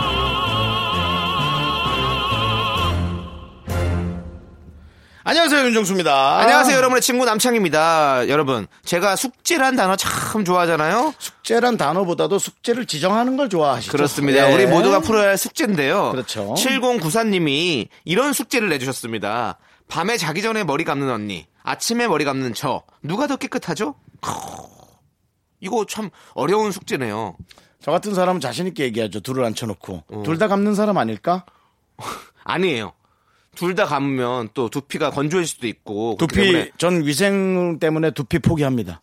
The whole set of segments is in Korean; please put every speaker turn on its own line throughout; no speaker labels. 안녕하세요 윤정수입니다.
안녕하세요, 여러분의 친구 남창입니다. 여러분, 제가 숙제란 단어 참 좋아하잖아요.
숙제란 단어보다도 숙제를 지정하는 걸 좋아하시죠?
그렇습니다.
예.
우리 모두가 풀어야 할 숙제인데요.
그렇죠.
7094님이 이런 숙제를 내주셨습니다. 밤에 자기 전에 머리 감는 언니, 아침에 머리 감는 저. 누가 더 깨끗하죠? 크으, 이거 참 어려운 숙제네요.
저 같은 사람은 자신 있게 얘기하죠. 둘을 앉혀놓고
음.
둘 다 감는 사람 아닐까?
아니에요. 둘 다 감으면 또 두피가 건조할 수도 있고. 어, 그렇기
두피
때문에,
전 위생 때문에 두피 포기합니다.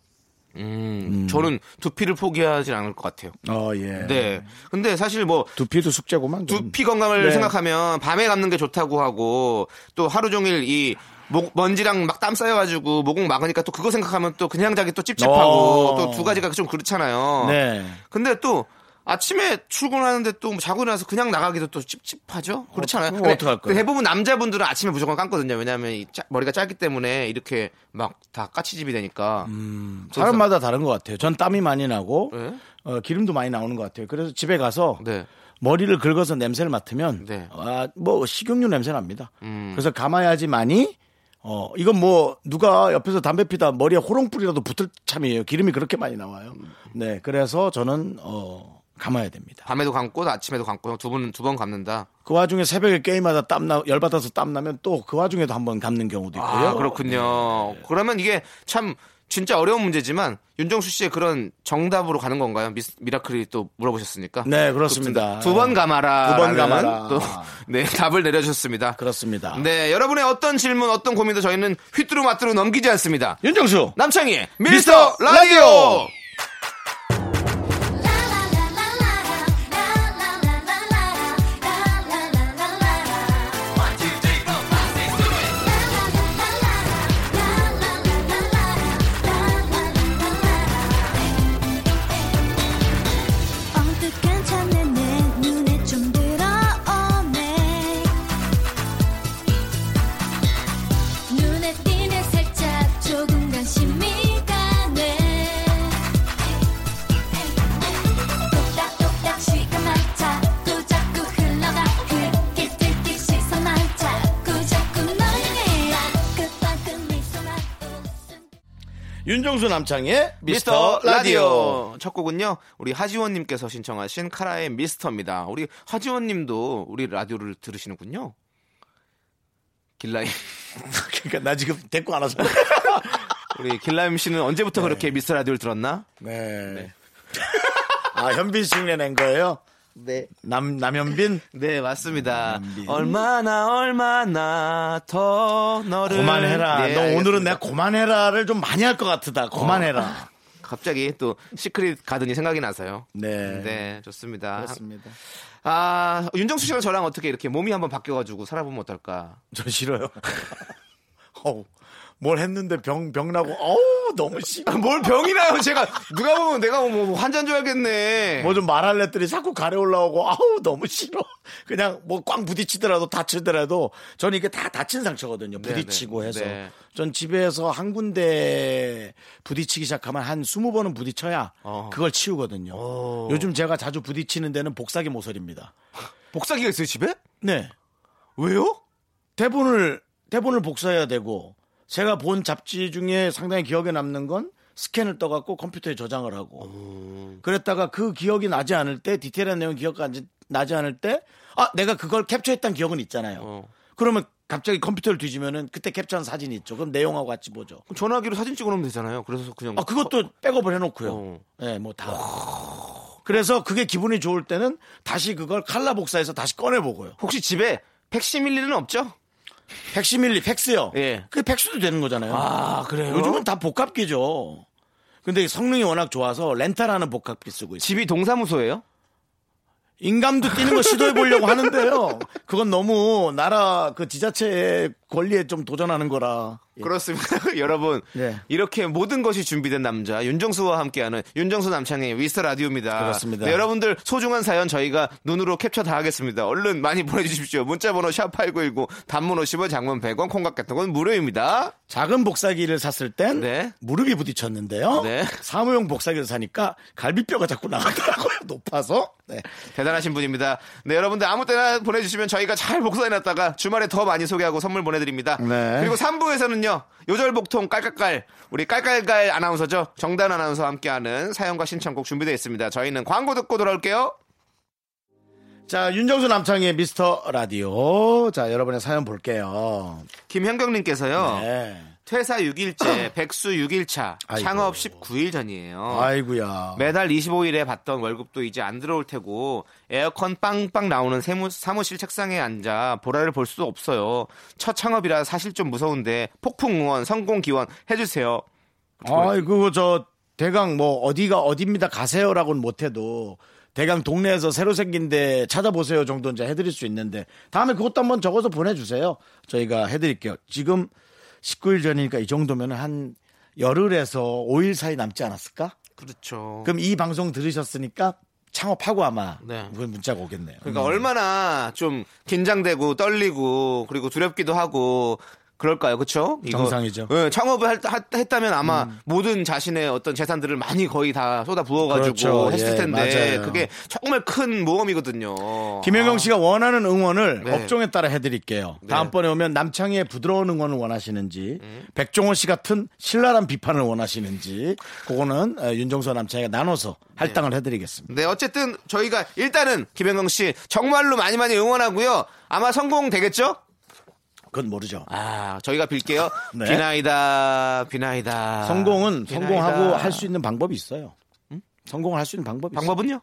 음, 저는 두피를 포기하진 않을 것 같아요.
어 예.
네. 근데 사실 뭐
두피도 숙제고만. 좀.
두피 건강을
네.
생각하면 밤에 감는 게 좋다고 하고 또 하루 종일 이 목, 먼지랑 막 땀 쌓여가지고 모공 막으니까 또 그거 생각하면 또 그냥 자기 또
어.
찝찝하고 또 두 가지가 좀 그렇잖아요.
네.
근데 또 아침에 출근하는데 또 자고 일어나서 그냥 나가기도 또 찝찝하죠? 그렇잖아요.
어, 그거 어떡할 거예요?
대부분 남자분들은 아침에 무조건 감거든요. 왜냐하면 이 짜- 머리가 짧기 때문에 이렇게 막 다 까치집이 되니까.
음. 사람마다 다른 것 같아요. 전 땀이 많이 나고
네?
어, 기름도 많이 나오는 것 같아요. 그래서 집에 가서
네.
머리를 긁어서 냄새를 맡으면
네. 음.
아, 뭐 식용유 냄새 납니다. 그래서 감아야지만이 어 이건 뭐 누가 옆에서 담배 피다 머리에 호롱불이라도 붙을 참이에요. 기름이 그렇게 많이 나와요. 네, 그래서 저는 어 감아야 됩니다.
밤에도 감고 아침에도 감고 두 번 두 번 감는다.
그 와중에 새벽에 게임하다 땀나 열 받아서 땀 나면 또 그 와중에도 한번 감는 경우도 있고요.
아, 그렇군요. 그러면 이게 참 진짜 어려운 문제지만 윤정수 씨의 그런 정답으로 가는 건가요? 미스, 미라클이 또 물어보셨으니까.
네, 그렇습니다.
아, 두 번 감아라.
두번
라는
감아라.
또, 네, 답을 내려주셨습니다.
그렇습니다.
네, 여러분의 어떤 질문, 어떤 고민도 저희는 휘뚜루마뚜루 넘기지 않습니다.
윤정수
남창희의
미스터
미스터 라디오!
라디오!
어떡한 참내 내 눈에 좀 들어오네 눈에 띄네 살짝 조금 관심이 가네 똑딱똑딱 시간 말 자꾸 자꾸 흘러가 흘길 들길 시선 말 자꾸 자꾸 너에게 따끈따끈 미소만 웃음
윤정수 남창의
미스터 라디오 첫 곡은요 우리 하지원님께서 신청하신 카라의 미스터입니다. 우리 하지원님도 우리 라디오를 들으시는군요. 길라임
그러니까 나 지금 데리고 안 와서
우리 길라임 씨는 언제부터 그렇게 미스터 라디오를 들었나?
네. 아, 현빈 씨내 낸 거예요? 네. 남, 남현빈?
네 맞습니다. 얼마나 얼마나 더 너를
그만해라.
네,
너 오늘은
알겠습니다. 어,
내가 그만해라를 좀 많이 할 것 같다. 그만해라.
갑자기 또 시크릿 가든이 생각이 나서요.
네.
네 좋습니다.
그렇습니다.
아 윤정수 씨랑 저랑 어떻게 이렇게 몸이 한번 바뀌어가지고 살아보면 어떨까?
저 싫어요. 어우, 뭘 했는데 병, 병 나고, 어우, 너무 싫어.
아, 뭘 병이나요? 제가 누가 보면 내가 뭐 환자인 줄 알겠네.
뭐 좀 말할래 했더니 자꾸 가래 올라오고, 아우, 너무 싫어. 그냥 뭐 꽝 부딪히더라도 다치더라도, 저는 이게 다 다친 상처거든요. 부딪히고
네.
해서.
네.
전 집에서 한 군데 부딪히기 시작하면 한 20번은 부딪혀야
어.
그걸 치우거든요. 요즘 제가 자주 부딪히는 데는 복사기 모서리입니다.
복사기가 있어요 집에?
네.
왜요?
대본을 대본을 복사해야 되고 제가 본 잡지 중에 상당히 기억에 남는 건 스캔을 떠갖고 컴퓨터에 저장을 하고 그랬다가 그 기억이 나지 않을 때 디테일한 내용 기억 나지 않을 때 아 내가 그걸 캡처했던 기억은 있잖아요.
어.
그러면 갑자기 컴퓨터를 뒤지면은 그때 capture한 사진이 있죠. 그럼 내용하고 같이 보죠.
그럼 전화기로 사진 찍어놓으면 되잖아요. 그래서 그냥
아 그것도 백업을 해놓고요.
어.
네, 뭐 다. 그래서 그게 기분이 좋을 때는 다시 그걸 칼라 복사해서 다시 꺼내 보고요.
혹시 집에 백시밀리는 없죠?
백시밀리 팩스요.
예.
그게 팩스도 되는 거잖아요.
아 그래요?
요즘은 다 복합기죠. 근데 성능이 워낙 좋아서 렌탈하는 복합기 쓰고 있어요.
집이 동사무소예요?
인감도 뛰는 거 시도해 보려고 하는데요. 그건 너무 나라 그 지자체의 권리에 좀 도전하는 거라. 예.
그렇습니다. 여러분,
네.
이렇게 모든 것이 준비된 남자, 윤정수와 함께하는 윤정수 남창의 위스터 라디오입니다.
그렇습니다.
네, 여러분들, 소중한 사연 저희가 눈으로 캡처 다 하겠습니다. 얼른 많이 보내주십시오. 문자번호 샵8910, 단문 50원, 장문 100원, 콩각 같은 건 무료입니다.
작은 복사기를 샀을 땐
네.
무릎이 부딪혔는데요.
네.
사무용 복사기를 사니까 갈비뼈가 자꾸 나가더라고요. 높아서. 네.
대단하신 분입니다. 네, 여러분들 아무 때나 보내주시면 저희가 잘 복사해놨다가 주말에 더 많이 소개하고 선물 보내드립니다.
네.
그리고 3부에서는요, 요절복통 깔깔깔, 우리 깔깔깔 아나운서죠. 정단 아나운서와 함께하는 사연과 신청곡 준비되어 있습니다. 저희는 광고 듣고 돌아올게요.
자, 윤정수 남창의 미스터 라디오. 자, 여러분의 사연 볼게요.
김현경님께서요,
네.
퇴사 6일째, 백수 6일차,
아이고.
창업 19일 전이에요.
아이고야.
매달 25일에 받던 월급도 이제 안 들어올 테고 에어컨 빵빵 나오는 세무, 사무실 책상에 앉아 보라를 볼 수도 없어요. 첫 창업이라 사실 좀 무서운데 폭풍 응원, 성공 기원 해주세요.
아이고, 저, 대강 뭐, 어디가 어딥니다 가세요라고는 못해도 대강 동네에서 새로 생긴 데 찾아보세요 정도 이제 해드릴 수 있는데 다음에 그것도 한번 적어서 보내주세요. 저희가 해드릴게요. 지금 19일 전이니까 이 정도면 한 열흘에서 5일 사이 남지 않았을까?
그렇죠.
그럼 이 방송 들으셨으니까 창업하고 아마
네.
그 문자가 오겠네요.
그러니까
음.
얼마나 좀 긴장되고 떨리고 그리고 두렵기도 하고 그럴까요, 그렇죠?
정상이죠. 음.
창업을 할- 하- 했다면 아마 모든 자신의 어떤 재산들을 많이 거의 다 쏟아 부어가지고
그렇죠.
했을
예,
텐데
맞아요.
그게 정말 큰 모험이거든요.
김현경
아.
씨가 원하는 응원을
네.
업종에 따라 해드릴게요. 다음번에 오면 남창희의 부드러운 응원을 원하시는지,
음.
백종원 씨 같은 신랄한 비판을 원하시는지, 그거는 어, 윤정수와 남창희가 나눠서 할당을 해드리겠습니다.
네, 어쨌든 저희가 일단은 김현경 씨 정말로 많이 많이 응원하고요. 아마 성공되겠죠?
그건 모르죠.
아, 저희가 빌게요.
네.
비나이다, 비나이다.
성공은
비나이다. 음?
성공하고 할 수 있는 방법이 있어요. 성공을 할 수 있는 방법이
방법은요?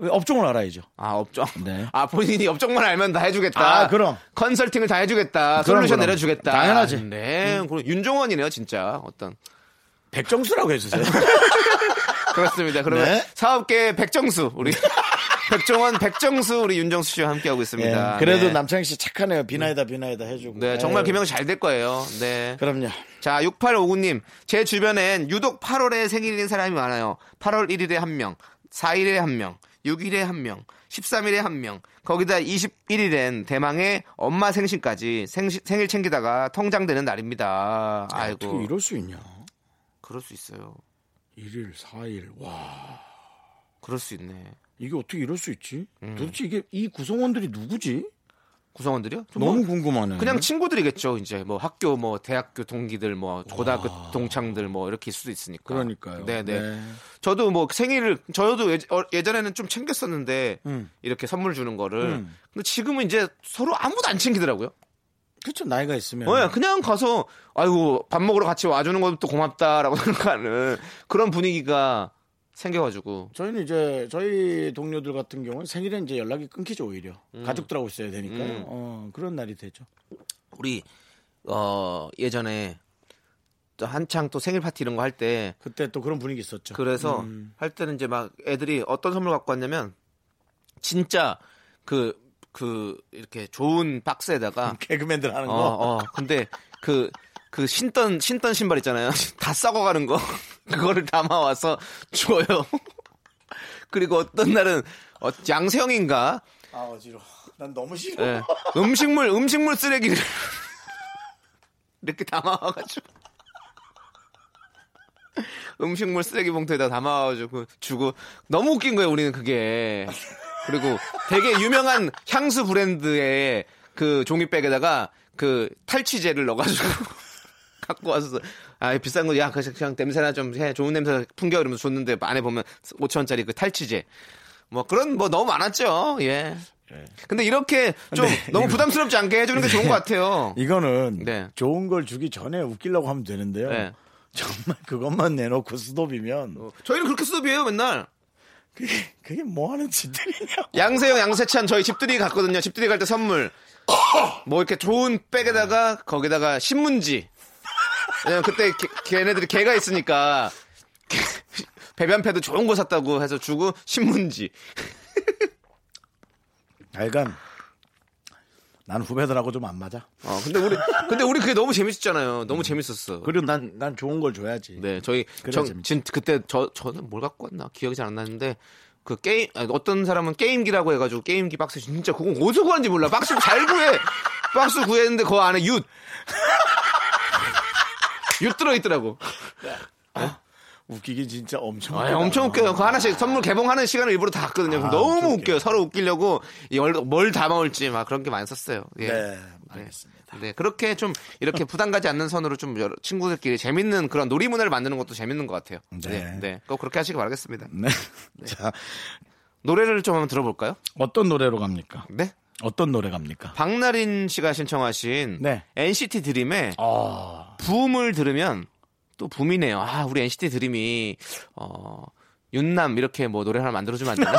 있어요. 업종을 알아야죠.
아, 업종.
네.
아, 본인이 업종만 알면 다 해주겠다.
아, 그럼.
컨설팅을 다 해주겠다.
그럼,
솔루션
그럼.
내려주겠다.
당연하지. 음.
네. 그럼 윤종원이네요, 진짜. 어떤.
백정수라고 해주세요.
그렇습니다. 그러면
네.
사업계 백정수, 우리. 백종원, 백정수, 우리 윤정수 씨와 함께하고 있습니다.
예, 그래도
네.
남창희 씨 착하네요. 비나이다 비나이다 해주고.
네, 정말
에이,
김영 씨 잘 될 거예요. 네.
그럼요.
자, 6859님. 제 주변엔 유독 8월에 생일인 사람이 많아요. 8월 1일에 한 명, 4일에 한 명, 6일에 한 명, 13일에 한 명. 거기다 21일엔 대망의 엄마 생신까지 생, 생일 챙기다가 통장되는 날입니다.
어떻게
아이고.
이럴 수 있냐?
그럴 수 있어요.
1일, 4일, 와.
그럴 수 있네.
이게 어떻게 이럴 수 있지? 도대체 이게 이 구성원들이 누구지?
구성원들이요? 좀
너무
뭐
궁금하네. 음.
그냥 친구들이겠죠. 이제 뭐 학교 뭐 대학교 동기들 뭐 고등학교 동창들 뭐 이렇게 있을 수도 있으니까.
그러니까요.
네, 네.
네.
저도 뭐 생일을 저도 예, 전에는좀 챙겼었는데
음.
이렇게 선물 주는 거를
음.
근데 지금은 이제 서로 아무도 안 챙기더라고요.
그렇죠 나이가 있으면.
예, 그냥 가서 아이고 밥 먹으러 같이 와주는 것도 고맙다라고 생각하는 그런 분위기가 생겨가지고
저희는 이제 저희 동료들 같은 경우는 생일에 이제 연락이 끊기죠 오히려 가족들하고 있어야 되니까
음.
어, 그런 날이 되죠.
우리 어 예전에 또 한창 또 생일 파티 이런 거 할 때
그때 또 그런 분위기 있었죠.
그래서
음.
할 때는 이제 막 애들이 어떤 선물 갖고 왔냐면 진짜 그 그 이렇게 좋은 박스에다가
음. 개그맨들 하는 거.
어, 어. 근데 그, 그 신던, 신던 신발 있잖아요. 다 싸고 가는 거. 그거를 담아와서 줘요. 그리고 어떤 날은 어, 양세형인가?
아 어지러. 난 너무 싫어.
예. 음식물, 음식물 쓰레기를 이렇게 담아와가지고. 음식물 쓰레기 봉투에다 담아와가지고 주고. 너무 웃긴 거예요, 우리는 그게. 그리고 되게 유명한 향수 브랜드의 그 종이백에다가 그 탈취제를 넣어가지고 갖고 와서. 아, 비싼 거, 야, 그냥- 그냥 냄새나 좀 해. 좋은 냄새 풍겨. 이러면서 줬는데 안에 보면 5천원짜리 그 탈취제. 뭐 그런 뭐 너무 많았죠. 예. 근데 이렇게 좀
근데
너무
네, 이거- 네.
부담스럽지 않게 해주는 게 좋은 것 같아요.
이거는
네.
좋은 걸 주기 전에 웃기려고 하면 되는데요.
네.
정말 그것만 내놓고 수도비면
어, 저희는 그렇게 수업이에요 맨날.
그게 그게 뭐 하는 짓들이냐고.
양세형, 양세찬 저희 집들이 갔거든요. 집들이 갈 때 선물. 뭐 이렇게 좋은 백에다가 거기다가 신문지. 왜냐면 그때 개- 걔네들이 개가 있으니까 개- 배변패도 좋은 거 샀다고 해서 주고 신문지.
약간 난 후배들하고 좀 안 맞아.
어, 근데 우리 근데 우리 그게 너무 재밌었잖아요. 너무 재밌었어.
그리고 난, 난 좋은 걸 줘야지.
네, 저희
그래야
정,
재밌죠.
진, 그때 저 저는 뭘 갖고 왔나 기억이 잘 안 나는데 그 게임 아니, 어떤 사람은 게임기라고 해가지고 게임기 박스 진짜 그거 어디서 구하는지 몰라. 박스 잘 구해. 박스 구했는데 그 안에 윷. 윷 들어있더라고.
웃기긴 진짜 엄청.
아,
웃기다.
엄청 웃겨요. 그 하나씩 선물 개봉하는 시간을 일부러 다 갔거든요. 그럼 너무
아, 엄청
웃겨요. 서로 웃기려고 이 월- 뭘 담아올지 막 그런 게 많이 썼어요. 예.
네, 알겠습니다.
네, 그렇게 좀 이렇게 부담 가지 않는 선으로 좀 여러 친구들끼리 재밌는 그런 놀이 문화를 만드는 것도 재밌는 것 같아요.
네.
네, 네. 꼭 그렇게 하시기 바라겠습니다.
네. 자,
노래를 좀 한번 들어볼까요?
어떤 노래로 갑니까?
네.
어떤 노래 갑니까?
박나린 씨가 신청하신
네.
NCT 드림의
아,
붐을 들으면 또 붐이네요. 아, 우리 NCT 드림이 어 윤남 이렇게 뭐 노래 하나 만들어 주면 안 되나?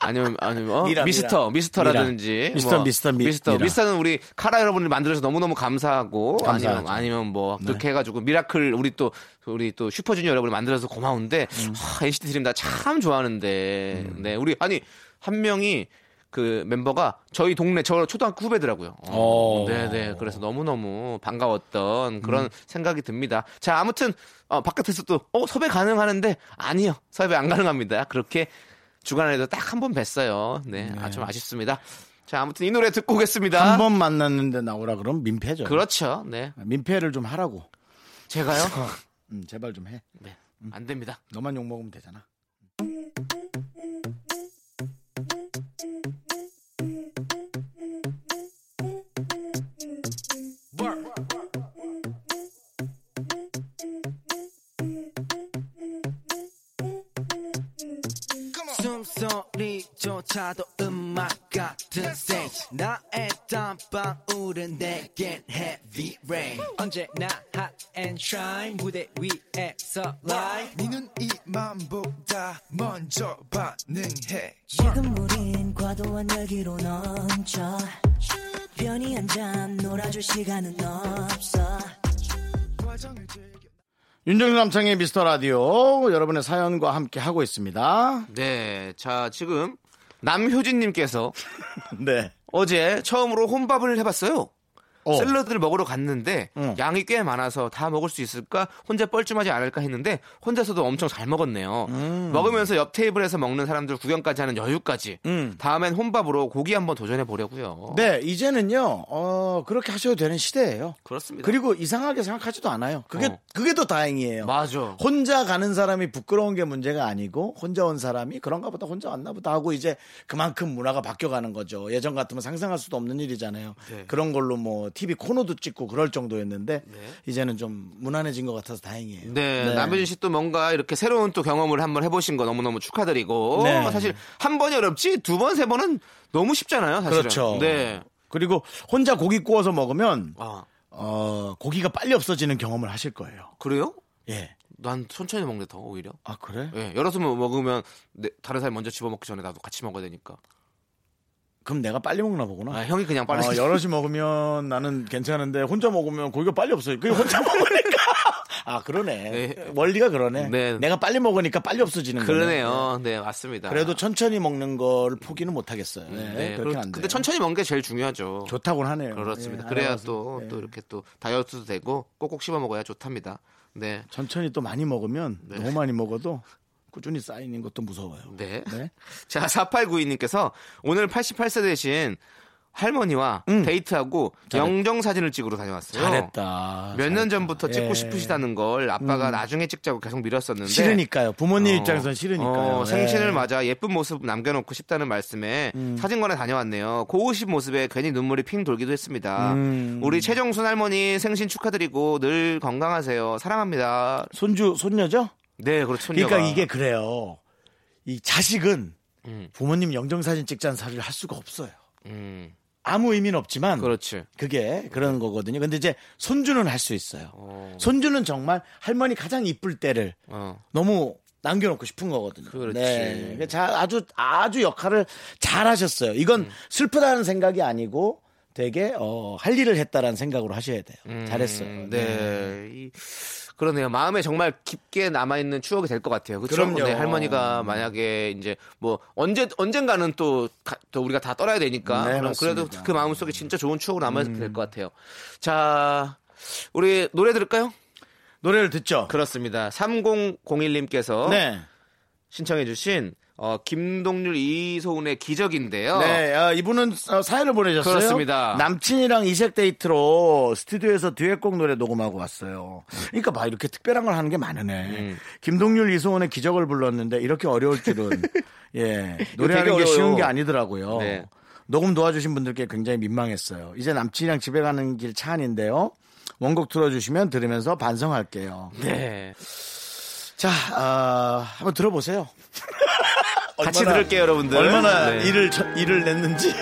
아니면 아니면 어?
미라,
미스터
미라.
미스터라든지 뭐.
미라. 미스터, 미스터, 미-
미스터
미라.
미스터는 우리 카라 여러분이 만들어서 너무 너무 감사하고 아니면
감사하죠. 네.
아니면 뭐 그렇게 해가지고 미라클 우리 또 우리 또 슈퍼주니어 여러분이 만들어서 고마운데
음.
아, NCT 드림 나 참 좋아하는데 네 우리 아니 한 명이 그 멤버가 저희 동네 저 초등학교 후배더라고요. 어,
오.
네네 그래서 너무 너무 반가웠던 그런 생각이 듭니다. 자 아무튼 어, 바깥에서 또어 섭외 가능하는데 아니요 섭외 안 가능합니다. 그렇게 주간에도 딱 한 번 뵀어요. 네, 아, 좀 아쉽습니다. 자 아무튼 이 노래 듣고 오겠습니다.
한 번 만났는데 나오라 그러면 민폐죠.
그렇죠. 네
민폐를 좀 하라고.
제가요
음, 제발 좀 해.
네, 안 됩니다.
너만 욕 먹으면 되잖아.
숨소리조차도 음악 같은 stage 나의 땀방울은 내겐 heavy rain 언제나 hot and shine 무대 위에서 live
니는 이만보다 먼저 반응해
지금 우린 과도한 열기로 넘쳐 편히 앉아 놀아줄 시간은 없어
윤정수 남창의 미스터 라디오 여러분의 사연과 함께 하고 있습니다.
네, 자 지금 남효진님께서
네.
어제 처음으로 혼밥을 해봤어요.
어.
샐러드를 먹으러 갔는데
응.
양이 꽤 많아서 다 먹을 수 있을까 혼자 뻘쭘하지 않을까 했는데 혼자서도 엄청 잘 먹었네요. 먹으면서 옆 테이블에서 먹는 사람들 구경까지 하는 여유까지.
음.
다음엔 혼밥으로 고기 한번 도전해 보려고요.
네, 이제는요, 어, 그렇게 하셔도 되는 시대예요
그렇습니다.
그리고 이상하게 생각하지도 않아요. 그게,
어.
그게 더 다행이에요.
맞아.
혼자 가는 사람이 부끄러운 게 문제가 아니고, 혼자 온 사람이 그런가 보다 혼자 왔나 보다 하고, 이제 그만큼 문화가 바뀌어가는 거죠. 예전 같으면 상상할 수도 없는 일이잖아요.
네.
그런 걸로 뭐, TV 코너도 찍고 그럴 정도였는데, 이제는 좀 무난해진 것 같아서 다행이에요.
네, 남효진 씨 또 뭔가 이렇게 새로운 또 경험을 한번 해보신 거 너무너무 축하드리고
네.
사실 한 번이 어렵지 두 번 세 번은 너무 쉽잖아요. 사실은.
그렇죠.
네.
그리고 혼자 고기 구워서 먹으면,
아
어, 고기가 빨리 없어지는 경험을 하실 거예요.
그래요?
예.
난 천천히 먹는데 더 오히려.
아, 그래?
예, 여러 번 먹으면 내- 다른 사람이 먼저 집어먹기 전에 나도 같이 먹어야 되니까.
그럼 내가 빨리 먹나 보구나.
아, 형이 그냥 빠르시
어, 여럿이 먹으면 나는 괜찮은데 혼자 먹으면 고기가 빨리 없어요. 그게 혼자 먹으니까. 아 그러네.
네.
원리가 그러네.
네.
내가 빨리 먹으니까 빨리 없어지는 거네.
그러네요. 네, 맞습니다.
그래도 천천히 먹는 걸 포기는 못 하겠어요. 네,
네,
그렇게
그렇-
안 돼.
근데 천천히 먹는 게 제일 중요하죠.
좋다고 하네요.
그렇습니다.
예,
그래야
알아서.
또 또
예.
이렇게 또 다이어트도 되고 꼭꼭 씹어 먹어야 좋답니다. 네.
천천히 또 많이 먹으면
네.
너무 많이 먹어도 꾸준히 쌓이는 것도 무서워요.
네.
네.
자, 4892님께서 오늘 88세 되신 할머니와 데이트하고 영정 사진을 찍으러 다녀왔어요.
음. 잘했다.
몇 년 전부터 찍고
예. 음.
싶으시다는 걸 아빠가 나중에 찍자고 계속 밀었었는데
싫으니까요. 부모님
어,
입장에선 싫으니까요.
어, 생신을
예. 음.
맞아 예쁜 모습 남겨놓고 싶다는 말씀에 사진관에 다녀왔네요. 고우신 모습에 괜히 눈물이 핑 돌기도 했습니다.
음.
우리 최정순 할머니 생신 축하드리고 늘 건강하세요. 사랑합니다.
손주 손녀죠?
네, 그렇죠.
그러니까
손녀가.
이게 그래요. 이 자식은
음.
부모님 영정 사진 찍자는 사례를 할 수가 없어요.
음,
아무 의미는 없지만
그렇지.
그게 그런 거거든요. 근데 이제 손주는 할 수 있어요. 손주는 정말 할머니 가장 이쁠 때를
어.
너무 남겨놓고 싶은 거거든요.
그렇지.
네. 자, 아주 아주 역할을 잘 하셨어요. 이건
음.
슬프다는 생각이 아니고
네.
되게 어, 할 일을 했다라는 생각으로 하셔야 돼요. 잘했어요.
음, 네. 이 그러네요. 마음에 정말 깊게 남아 있는 추억이 될 것 같아요. 그렇죠?
그럼요.
네, 할머니가 만약에 이제 뭐 언제 언젠가는 또, 가- 또 우리가 다 떠나야 되니까
네,
그럼 그래도
맞습니다.
그 마음 속에 진짜 좋은 추억으로 남아 있을 될것 같아요. 자, 우리 노래 들을까요?
노래를 듣죠.
그렇습니다. 3001님께서
네.
신청해주신 어, 김동률 이소은의 기적인데요.
네, 아, 이분은 어, 사연을 보내셨어요.
어. 그렇습니다.
남친이랑 이색 데이트로 스튜디오에서 듀엣곡 노래 녹음하고 왔어요. 그러니까 막 이렇게 특별한 걸 하는 게 많으네.
음.
김동률 이소은의 기적을 불렀는데 이렇게 어려울 줄은 예 노래하는
되게
게 쉬운
어려워요.
게 아니더라고요.
네.
녹음 도와주신 분들께 굉장히 민망했어요. 이제 남친이랑 집에 가는 길 차 안인데요. 원곡 틀어주시면 들으면서 반성할게요.
네.
자, 아, 한번 들어보세요.
같이
얼마나-
들을게요, 여러분들.
얼마나
네.
일을 쳐- 일을 냈는지.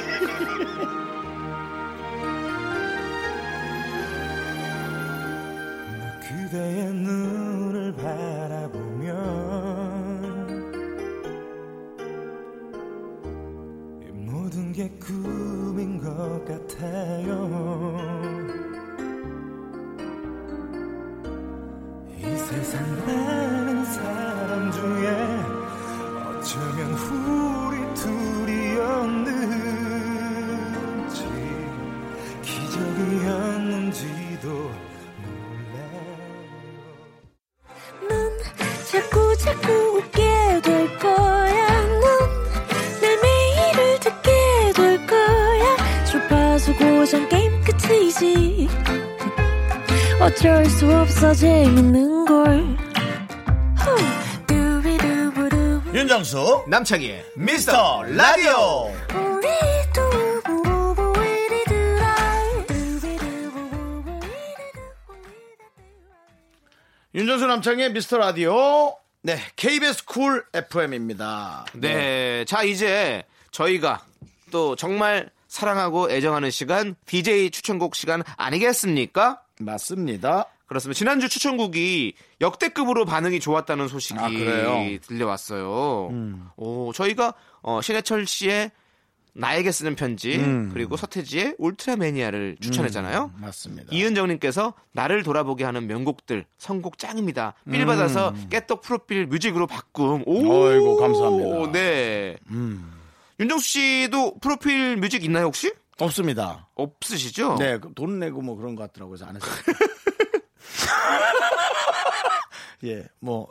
그대의 눈을 바라보면 이 모든 게 꿈인 것 같아요 이 세상 많은 사람 중에 어쩌면 우리 둘이었는지 기적이었는지도 몰라요
넌 자꾸 자꾸 웃게 될 거야. 넌내 매일을 듣게 될 거야. 주파수 고정 게임 끝이지. 어쩔 수 없어 재밌는 걸. 후. 두비두부두.
윤정수 남창희의 미스터 라디오
우리 두부부부 우리 두라. 두비두부부부 우리
윤정수 남창희의 미스터 라디오 네 KBS 쿨 FM입니다
네. 자, 이제 저희가 또 정말 사랑하고 애정하는 시간, DJ 추천곡 시간 아니겠습니까?
맞습니다
그렇습니다. 지난주 추천곡이 역대급으로 반응이 좋았다는 소식이
아, 그래요? 음.
들려왔어요. 오, 저희가 어, 신해철 씨의 나에게 쓰는 편지
음.
그리고 서태지의 울트라매니아를 추천했잖아요.
네. 맞습니다
이은정님께서 나를 돌아보게 하는 명곡들 선곡 짱입니다. 필 받아서 깨떡 프로필 뮤직으로 바꿈. 오,
음. 아이고, 감사합니다. 음.
네. 윤정수 씨도 프로필 뮤직 있나요 혹시?
없습니다
없으시죠?
네돈 내고 뭐 그런 것 같더라고요 그래서 안 했어요 예뭐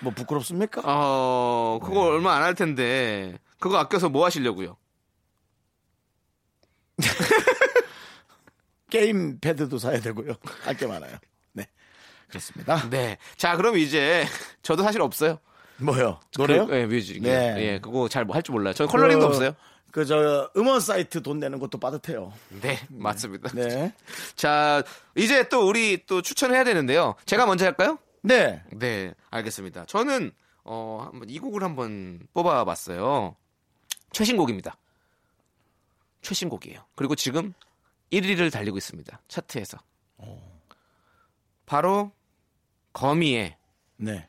뭐 부끄럽습니까?
어
네.
그거 얼마 안 할 텐데 그거 아껴서 뭐 하시려고요?
게임 패드도 사야 되고요 할 게 많아요 네 그렇습니다
네. 자 그럼 이제 저도 사실 없어요.
뭐요 노래요?
그, 예, 뮤직.
네.
예, 그거 잘 할 줄 몰라요. 저는 컬러링도
그-
없어요.
그 저 음원 사이트 돈 내는 것도 빠듯해요
네, 맞습니다.
네
자 이제 또 우리 또 추천해야 되는데요. 제가 먼저 할까요?
네.
네, 알겠습니다. 저는 어, 한번 이 곡을 한번 뽑아봤어요. 최신곡입니다. 최신곡이에요. 그리고 지금 1위를 달리고 있습니다. 차트에서. 바로 거미의
네.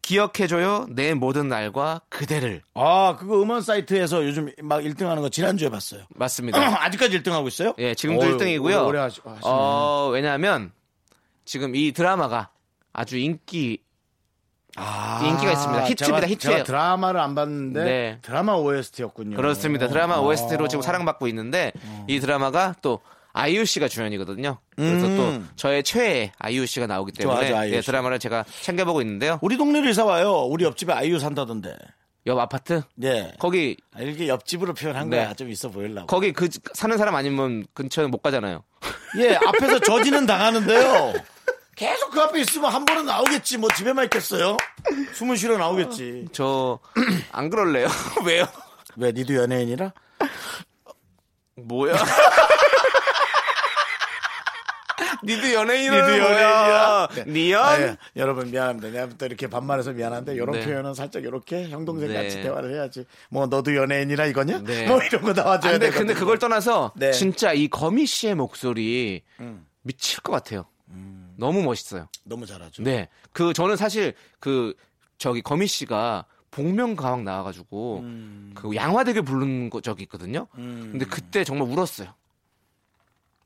기억해줘요 내 모든 날과 그대를
아, 그거 음원 사이트에서 요즘 막 1등 하는 거 지난주에 봤어요.
맞습니다.
아직까지 1등 하고 있어요?
예, 지금도
어휴,
1등이고요.
오래 하시, 하시네.
어, 왜냐하면 지금 이 드라마가 아주 인기
아,
인기가 있습니다. 히트입니다,
제가-
히트예요.
제가 드라마를 안 봤는데
네.
드라마
음.
OST였군요.
그렇습니다. 드라마
어.
OST로 지금 사랑받고 있는데 이 드라마가 또 아이유 씨가 주연이거든요. 그래서 또 저의 최애 아이유 씨가 나오기 때문에
음. 좋아하죠, 아이유
네,
씨.
드라마를 제가 챙겨보고 있는데요.
우리 동네를 이사 와요. 우리 옆집에 아이유 산다던데.
옆 아파트
예.
거기
아, 이렇게 옆집으로 표현한
네.
거야. 좀 있어 보이려고.
거기 그 사는 사람 아니면 근처는 못 가잖아요.
예, 앞에서 저지는 당하는데요. 계속 그 앞에 있으면 한 번은 나오겠지. 뭐 집에만 있겠어요? 숨은 쉬러 나오겠지.
저 안 그럴래요. 왜요?
왜, 니도 연예인이라?
뭐야? 니도 연예인은
니도
뭐야?
연예인이야. 아,
니연?
예. 여러분 미안합니다. 내가 또 이렇게 반말해서 미안한데 이런
네.
표현은 살짝 이렇게 형 동생
네.
같이 대화를 해야지. 뭐 너도 연예인이라 이거냐?
네.
뭐 이런 거 나와줘야
근데
돼.
근데 그걸 떠나서
네. 음.
진짜 이 거미 씨의 목소리 미칠 것 같아요. 너무 멋있어요.
너무 잘하죠.
네. 그 저는 사실 그 저기 거미 씨가 복면 가왕 나와가지고
음.
그 양화대교 부른 거 적이 있거든요. 근데 그때 정말 울었어요.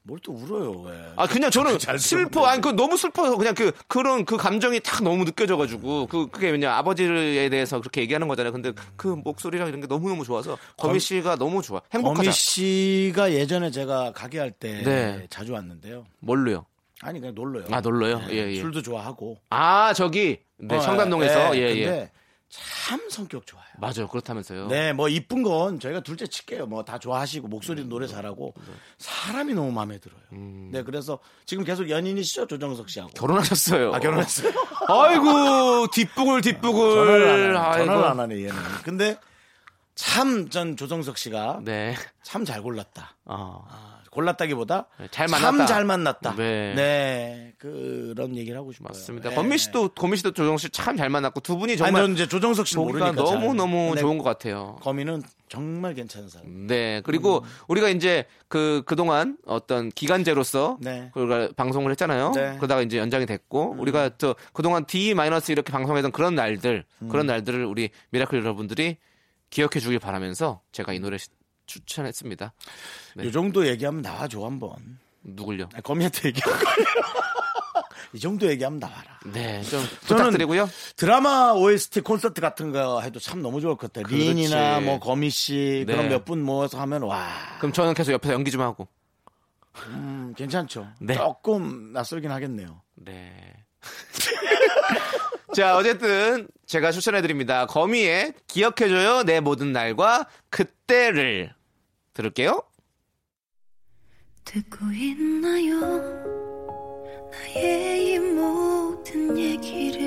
뭘 또 울어요 왜?
아 그냥 저는
잘
슬퍼 아니 그 너무 슬퍼서 그냥 그 그런 그 감정이 딱 너무
음.
느껴져가지고 그 그게 그냥 아버지에 대해서 그렇게 얘기하는 거잖아요. 근데 그 목소리랑 이런 게 너무 너무 좋아서 거미 씨가 너무 좋아 행복하다.
거미 씨가 예전에 제가 가게 할 때
네.
자주 왔는데요.
뭘로요?
아니 그냥 놀러요.
아 놀러요?
네,
예예.
술도 좋아하고.
아 저기 네
어,
청담동에서
예,
예예.
근데 참 성격 좋아요.
맞아요 그렇다면서요.
네, 뭐 이쁜 건 저희가 둘째 칠게요. 뭐 다 좋아하시고
음,
목소리도 노래
네,
잘하고 사람이 너무 마음에 들어요. 네, 그래서 지금 계속 연인이시죠 조정석 씨하고.
결혼하셨어요.
아 결혼했어요?
아이고 뒷북을
전화를
뒷북을
안, 하네.
아이고.
전화를 안 하네 얘는. 근데 참 전 조정석 씨가
네.
참 잘 골랐다.
어.
아, 골랐다기보다
네, 잘 만났다.
참 잘 만났다.
네.
네. 그런 얘기를 하고 싶어요.
맞습니다.
네.
건미 씨도 건미 씨도 조정 씨 참 잘 만났고 두 분이
아니,
정말
저는 이제 조정석 씨 모르니까
보니까 너무 너무 좋은 것 같아요.
거미는 정말 괜찮은 사람.
네. 그리고
음.
우리가 이제 그 그동안 어떤 기간제로서
네.
우리가 방송을 했잖아요.
네. 음.
그러다가 이제 연장이 됐고 우리가 또 그동안 D 마이너스 이렇게 방송했던 그런 날들
음.
그런 날들을 우리 미라클 여러분들이 기억해 주길 바라면서 제가 이 노래 시- 추천했습니다. 네.
요 정도 얘기하면 나와줘 한번.
누굴요?
아, 거미한테 얘기한 거예요. 이 정도 얘기하면 나와라.
네. 좀 부탁드리고요.
드라마 OST 콘서트 같은 거 해도 참 너무 좋을 것 같아요.
그렇지.
리인이나 뭐 거미 씨
네.
그런 몇 분 모아서 하면 와
그럼 저는 계속 옆에서 연기 좀 하고.
음, 괜찮죠.
네.
조금 낯설긴 하겠네요.
네. 자, 어쨌든 제가 추천해드립니다. 거미의 기억해줘요 내 모든 날과 그때를 들을게요.
듣고 있나요? 나의 이 모든 얘기를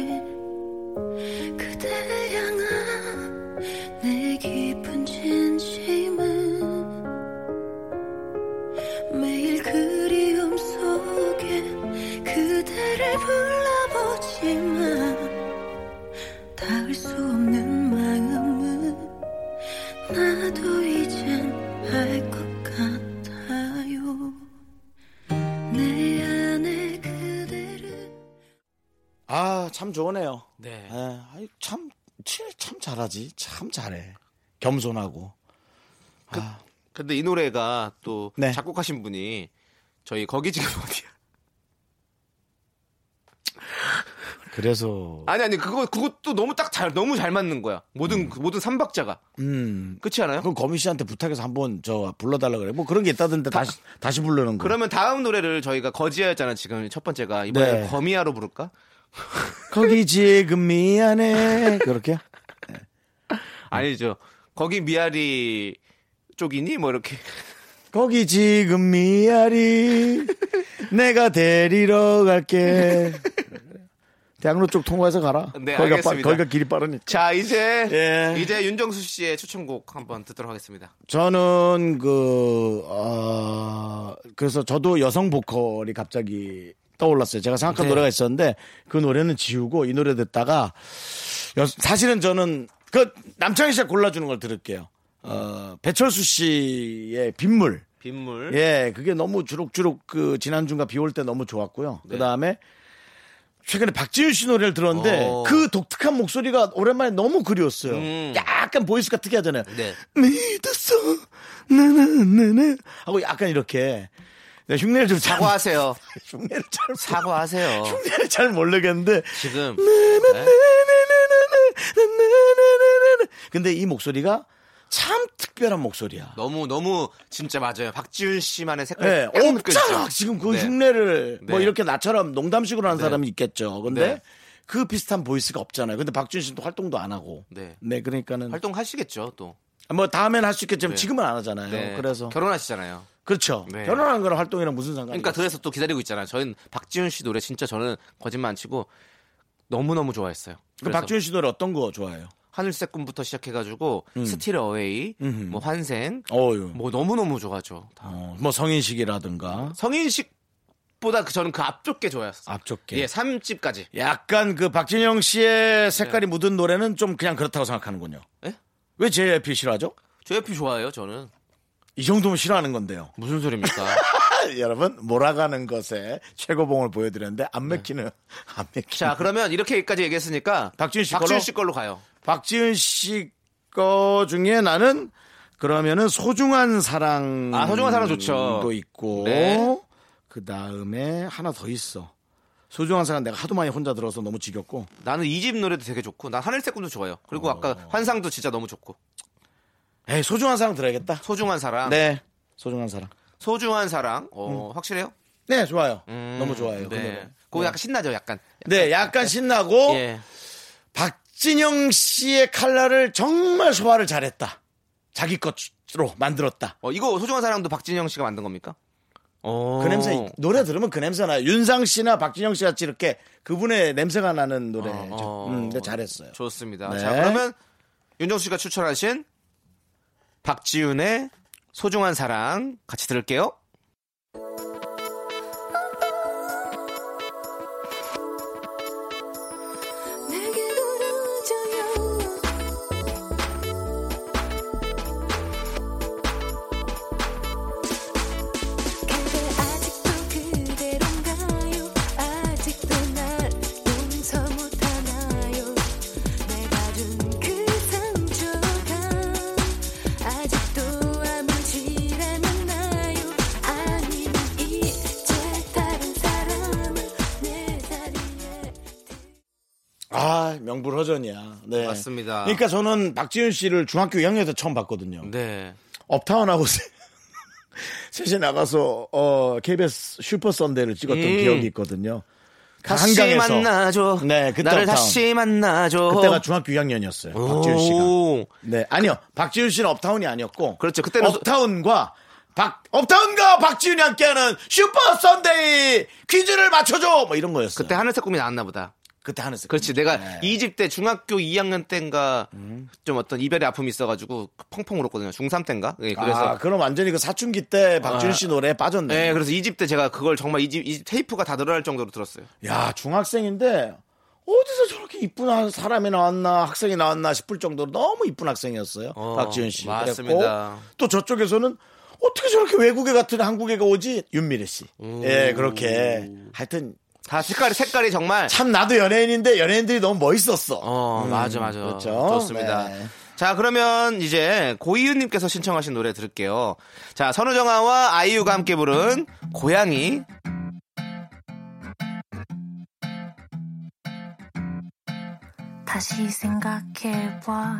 그대 향한 내 깊은 진심은 매일 그리움 속에 그대를 불러보지만 닿을 수 없는 마음은 나도 이젠 알 것 같아요 내 안에 그대를
아, 참 좋으네요.
네.
예, 아이, 참, 칠, 참 잘하지. 참 잘해. 겸손하고.
근데 이 노래가 또
네.
작곡하신 분이 저희 거기 지금 어디야?
그래서,
아니 아니 그거 그것도 너무 딱 잘 너무 잘 맞는 거야. 모든 그 모든 삼박자가
음.
그렇지 않아요?
그럼 거미 씨한테 부탁해서 한번 저 불러달라 그래. 뭐 그런 게 있다던데 다시, 다시 부르는 거.
그러면 다음 노래를 저희가 거지야였잖아 지금 첫 번째가 이번에
네.
거미야로 부를까?
거기 지금 미안해. 그렇게?
아니죠. 거기 미아리 쪽이니 뭐 이렇게
거기 지금 미아리. 내가 데리러 갈게. 대학로 쪽 통과해서 가라.
네,
거기가, 빠,
알겠습니다.
거기가 길이 빠르니.
자 이제
예.
이제 윤정수 씨의 추천곡 한번 듣도록 하겠습니다.
저는 그, 어, 그래서 저도 여성 보컬이 갑자기 떠올랐어요. 제가 생각한
네.
노래가 있었는데 그 노래는 지우고 이 노래 듣다가 여- 사실은 저는 그 남창희 씨가 골라주는 걸 들을게요. 어, 배철수 씨의 빗물.
빗물.
예, 그게 너무 주룩주룩 그 지난주가 비 올 때 너무 좋았고요.
네.
그 다음에 최근에 박지윤 씨 노래를 들었는데
어. 음.
그 독특한 목소리가 오랜만에 너무 그리웠어요. 약간 보이스가 특이하잖아요.
네.
믿었어, 나나나나. 하고 약간 이렇게. 네, 흉내를 좀 잘,
사과하세요.
흉내를 잘, 몰-
사과하세요.
흉내를 잘 모르겠는데.
지금
네.
네.
나나나나나나나나나나나나. 근데 이 목소리가 참 특별한 목소리야.
너무 너무 진짜 맞아요. 박지윤 씨만의 색깔.
예,
딱
없잖아.
느껴지죠?
지금 그
네.
흉내를 뭐
네.
이렇게 나처럼 농담식으로 하는
네.
사람이 있겠죠. 근데
네.
그 비슷한 보이스가 없잖아요. 근데 박준 씨도 활동도 안 하고.
네.
그러니까는
활동하시겠죠 또.
뭐 다음엔 할 수 있겠지만
네.
지금은 안 하잖아요.
네.
그래서
결혼하시잖아요.
그렇죠.
네.
결혼한 거랑 활동이랑 무슨 상관이?
그러니까 그래서 또 기다리고 있잖아요. 저는 박지윤 씨 노래 진짜 저는 거짓말 안 치고 너무 너무 좋아했어요.
그
그래서
박준 씨 노래 어떤 거 좋아해요?
하늘색 꿈부터 시작해가지고 스틸 어웨이,
음. 음흠.
뭐 환생,
어유. 뭐,
뭐 너무 너무 좋아하죠. 다.
어, 뭐 성인식이라든가
성인식보다 그 저는 그 앞쪽 게 좋아했어요.
앞쪽게.
예, 3집까지.
약간 그 박진영 씨의 색깔이 묻은 노래는 좀 그냥 그렇다고 생각하는군요.
네. 예?
왜 JYP 싫어하죠?
JYP 좋아해요, 저는.
이 정도면 싫어하는 건데요.
무슨 소리입니까?
여러분 몰아가는 것에 최고봉을 보여드렸는데 안 맥히는 안 맥히는
자, 그러면 이렇게까지 얘기했으니까
박지윤 씨 걸로?
걸로 가요.
박지은 씨 거 중에 나는 그러면은 소중한 사랑
아, 소중한 사랑 좋죠.
도 있고
네.
그 다음에 하나 더 있어. 소중한 사람 내가 하도 많이 혼자 들어서 너무 지겹고
나는 이 집 노래도 되게 좋고 난 하늘색 꿈도 좋아요.
어.
그리고 아까 환상도 진짜 너무 좋고
에이 소중한 사람 들어야겠다.
소중한 사랑.
네 소중한 사람.
소중한 사랑. 어, 확실해요?
네 좋아요.
음,
너무 좋아요. 그
네.
노래.
그거 약간 신나죠, 약간.
네 약간 신나고
예.
박진영 씨의 칼날을 정말 소화를 잘했다. 자기 것으로 만들었다.
어, 이거 소중한 사랑도 박진영 씨가 만든 겁니까? 어.
그 냄새 노래 들으면 그 냄새 나요. 윤상 씨나 박진영 씨 같이 이렇게 그분의 냄새가 나는 노래죠.
어, 어.
음, 근데 잘했어요.
좋습니다.
네.
자, 그러면 윤정 씨가 추천하신 박지윤의 소중한 사랑 같이 들을게요.
내게 돌아줘요 그대 아직도 그대로인가요 아직도 날 용서 못하나요 내가 준 그 상처가 아직도 아무질 않았나요 아니면 이제 다른 사람을 내 자리에
아 명불허전이야. 네.
맞습니다.
그러니까 저는 박지윤 씨를 중학교 2학년 때 처음 봤거든요.
네.
업타운하고 세- 셋이 나가서 어, KBS 슈퍼 선데이를 찍었던
음.
기억이 있거든요.
다시
한강에서.
만나줘.
네, 그때
나를
업타운.
다시 만나줘.
그때가 중학교 2학년이었어요. 박지윤 씨가.
오.
네, 아니요. 박지윤 씨는 업타운이 아니었고.
그렇죠. 그때는 소-
업타운과 박 업타운과 박지윤이 함께하는 슈퍼 선데이 퀴즈를 맞춰줘. 뭐 이런 거였어요.
그때 하늘색 꿈이 나왔나 보다.
그때 하는색.
그렇지. 내가
네.
이 집 때 중학교 2학년 때인가
음.
좀 어떤 이별의 아픔이 있어가지고 펑펑 울었거든요. 중3 때인가? 예, 그래서.
아, 그럼 완전히 그 사춘기 때 박지윤 씨 노래에 빠졌네.
네, 그래서 이 집 때 제가 그걸 정말 이 집, 이 집 테이프가 다 늘어날 정도로 들었어요.
야 중학생인데 어디서 저렇게 이쁜 한 사람이 나왔나 학생이 나왔나 싶을 정도로 너무 이쁜 학생이었어요
어,
박지현 씨
맞습니다.
그랬고 또 저쪽에서는 어떻게 저렇게 외국에 같은 한국애가 오지 윤미래
음.
씨예 그렇게 하여튼
다 색깔이, 색깔이 정말.
참 나도 연예인인데 연예인들이 너무 멋있었어
어, 맞아, 맞아.
그렇죠?
좋습니다.
네.
자, 그러면 이제 고이은님께서 신청하신 노래 들을게요. 자, 선우정아와 아이유가 함께 부른 고양이.
다시 생각해봐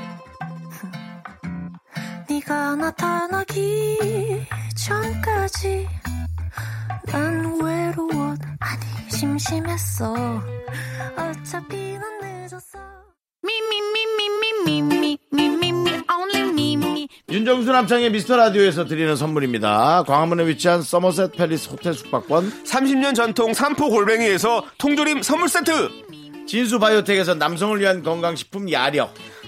네가 나타나기 전까지 난 외로워 아니 심심했어 어차피 난 늦었어 미미미미미미미미미 only 미미
윤정수 남창의 미스터 라디오에서 드리는 선물입니다 광화문에 위치한 서머셋 팰리스 호텔 숙박권
30년 전통 삼포 골뱅이에서 통조림 선물 세트.
진수 바이오텍에서 남성을 위한 건강식품 야력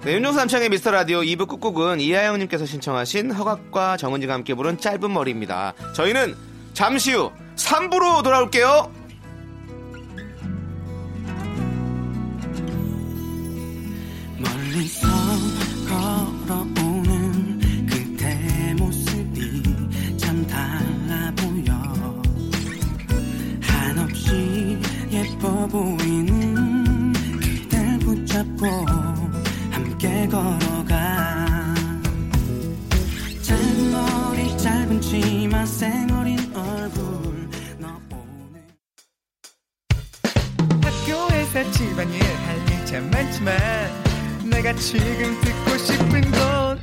I'm the wrong going round. I am so cool with my fashion pink lipstick.
네, 윤종수 남창의 미스터 라디오 2부 끝곡은 이하영님께서 신청하신 허각과 정은지가 함께 부른 짧은 머리입니다. 저희는 잠시 후 3부로 돌아올게요.
멀리서 걸어오는 그대 모습이 참 달라 보여 한없이 예뻐 보이는 그댈 붙잡고 함께 걸어가 짧은 머리 짧은 치마 쌩얼인 얼굴 너 오늘
학교에서 집안일 할 일 참 많지만 내가 지금 듣고 싶은 건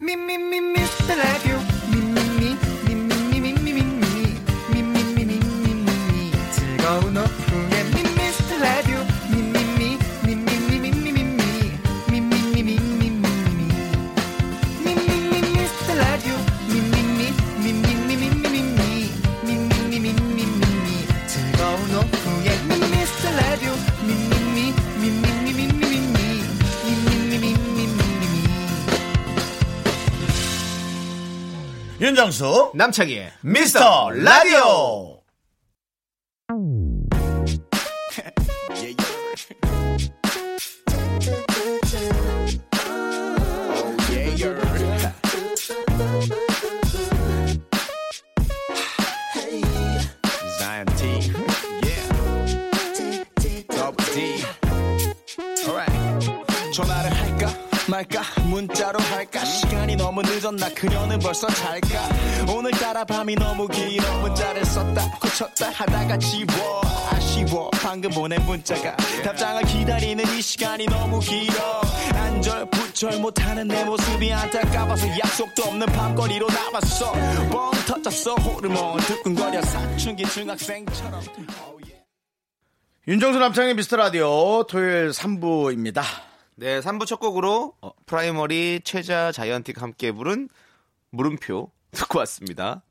미미미 미스터 라디오 미미미
윤정수
남창희의
미스터 라디오
Zion T. Yeah. Double D. Alright. 전화를 할까 말까 문자로 할까 시간이 너무 늦었나 그녀는 벌써 잘까 오늘따라 밤이 너무 길어 문자를 썼다 고쳤다 하다가 지워 아쉬워 방금 보낸 문자가 답장을 기다리는 이 시간이 너무 길어 안절부절 못하는 내 모습이 안타까워서 약속도 없는 밤거리로 남았어 뻥 터졌어 호르몬 두근거려 사춘기 중학생처럼 Oh yeah.
윤정수 남창의 미스터 라디오 토요일 3부입니다.
네, 3부 첫 곡으로 어, 프라이머리 최자 자이언틱 함께 부른 물음표 듣고 왔습니다.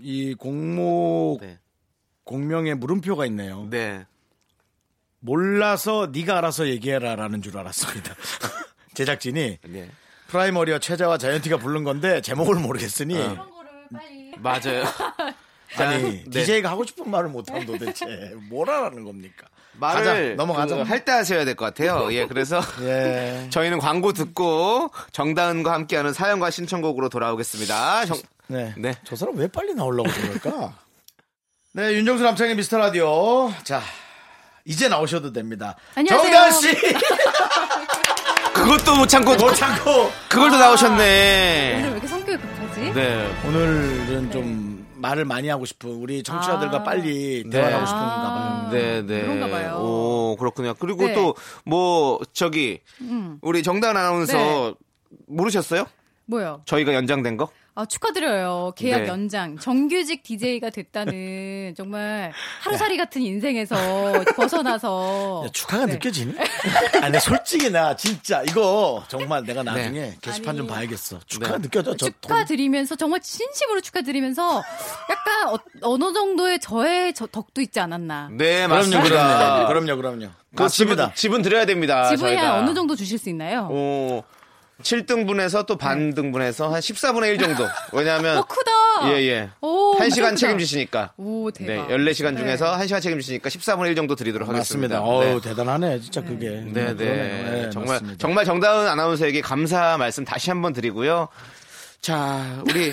이 공모
네.
공명에 물음표가 있네요.
네.
몰라서 네가 알아서 얘기해라라는 줄 알았습니다. 제작진이
네.
프라이머리와 최자와 자이언티가 부른 건데 제목을 모르겠으니
맞아요.
아니
아. 네.
DJ가 하고 싶은 말을 못하면 도대체 뭘 하라는 겁니까?
말을
가자, 넘어가자.
그, 할때 하셔야 될 것 같아요. 예, 그래서
예.
저희는 광고 듣고 정다은과 함께하는 사연과 신청곡으로 돌아오겠습니다. 정-
네.
네.
저 사람 왜 빨리 나오려고 그럴까? 네, 윤정수 남창의 미스터 라디오. 자, 이제 나오셔도 됩니다.
안녕하세요.
정다은 씨!
그것도 못 참고
못 참고!
그걸 또
왜
나오셨네.
이렇게 성격이 급하지?
네.
오늘은 좀 말을 많이 하고 싶은 우리 청취자들과
아.
빨리 대화하고 싶은가 봐요.
네, 네.
그런가 봐요.
오, 그렇군요. 그리고
네. 음.
또 뭐 저기 우리 정다은 아나운서
네.
모르셨어요?
뭐요?
저희가 연장된 거?
아, 축하드려요. 계약
네.
연장. 정규직 DJ가 됐다는
네.
정말 하루살이 같은 인생에서 벗어나서
야, 축하가 느껴지네? 아니, 근데 솔직히 나 진짜 이거 정말 내가 나중에 게시판 좀
아니.
봐야겠어. 네. 축하가 느껴져. 저 돈.
축하드리면서 정말 진심으로 축하드리면서 약간 어, 어느 정도의 저의 저- 덕도 있지 않았나.
네,
그럼요,
맞습니다.
그럼요. 그럼요, 그럼요.
그 지분,
맞습니다.
지분 드려야 됩니다.
지분이
아, 저희가.
한 어느 정도 주실 수 있나요?
어, 7등분에서 또 반등분해서 한 14분의 1 정도. 왜냐하면
오, 네. 어, 크다.
예, 예.
오,
한
완전
시간
크다.
책임지시니까.
오,
네,
대박.
14시간 중에서 한 시간 책임지시니까 14분의 1 정도 드리도록
맞습니다.
하겠습니다.
어우,
네.
대단하네. 진짜 그게.
네,
그러네요.
네. 정말
맞습니다.
정말 정다은 아나운서에게 감사 말씀 다시 한번 드리고요. 자, 우리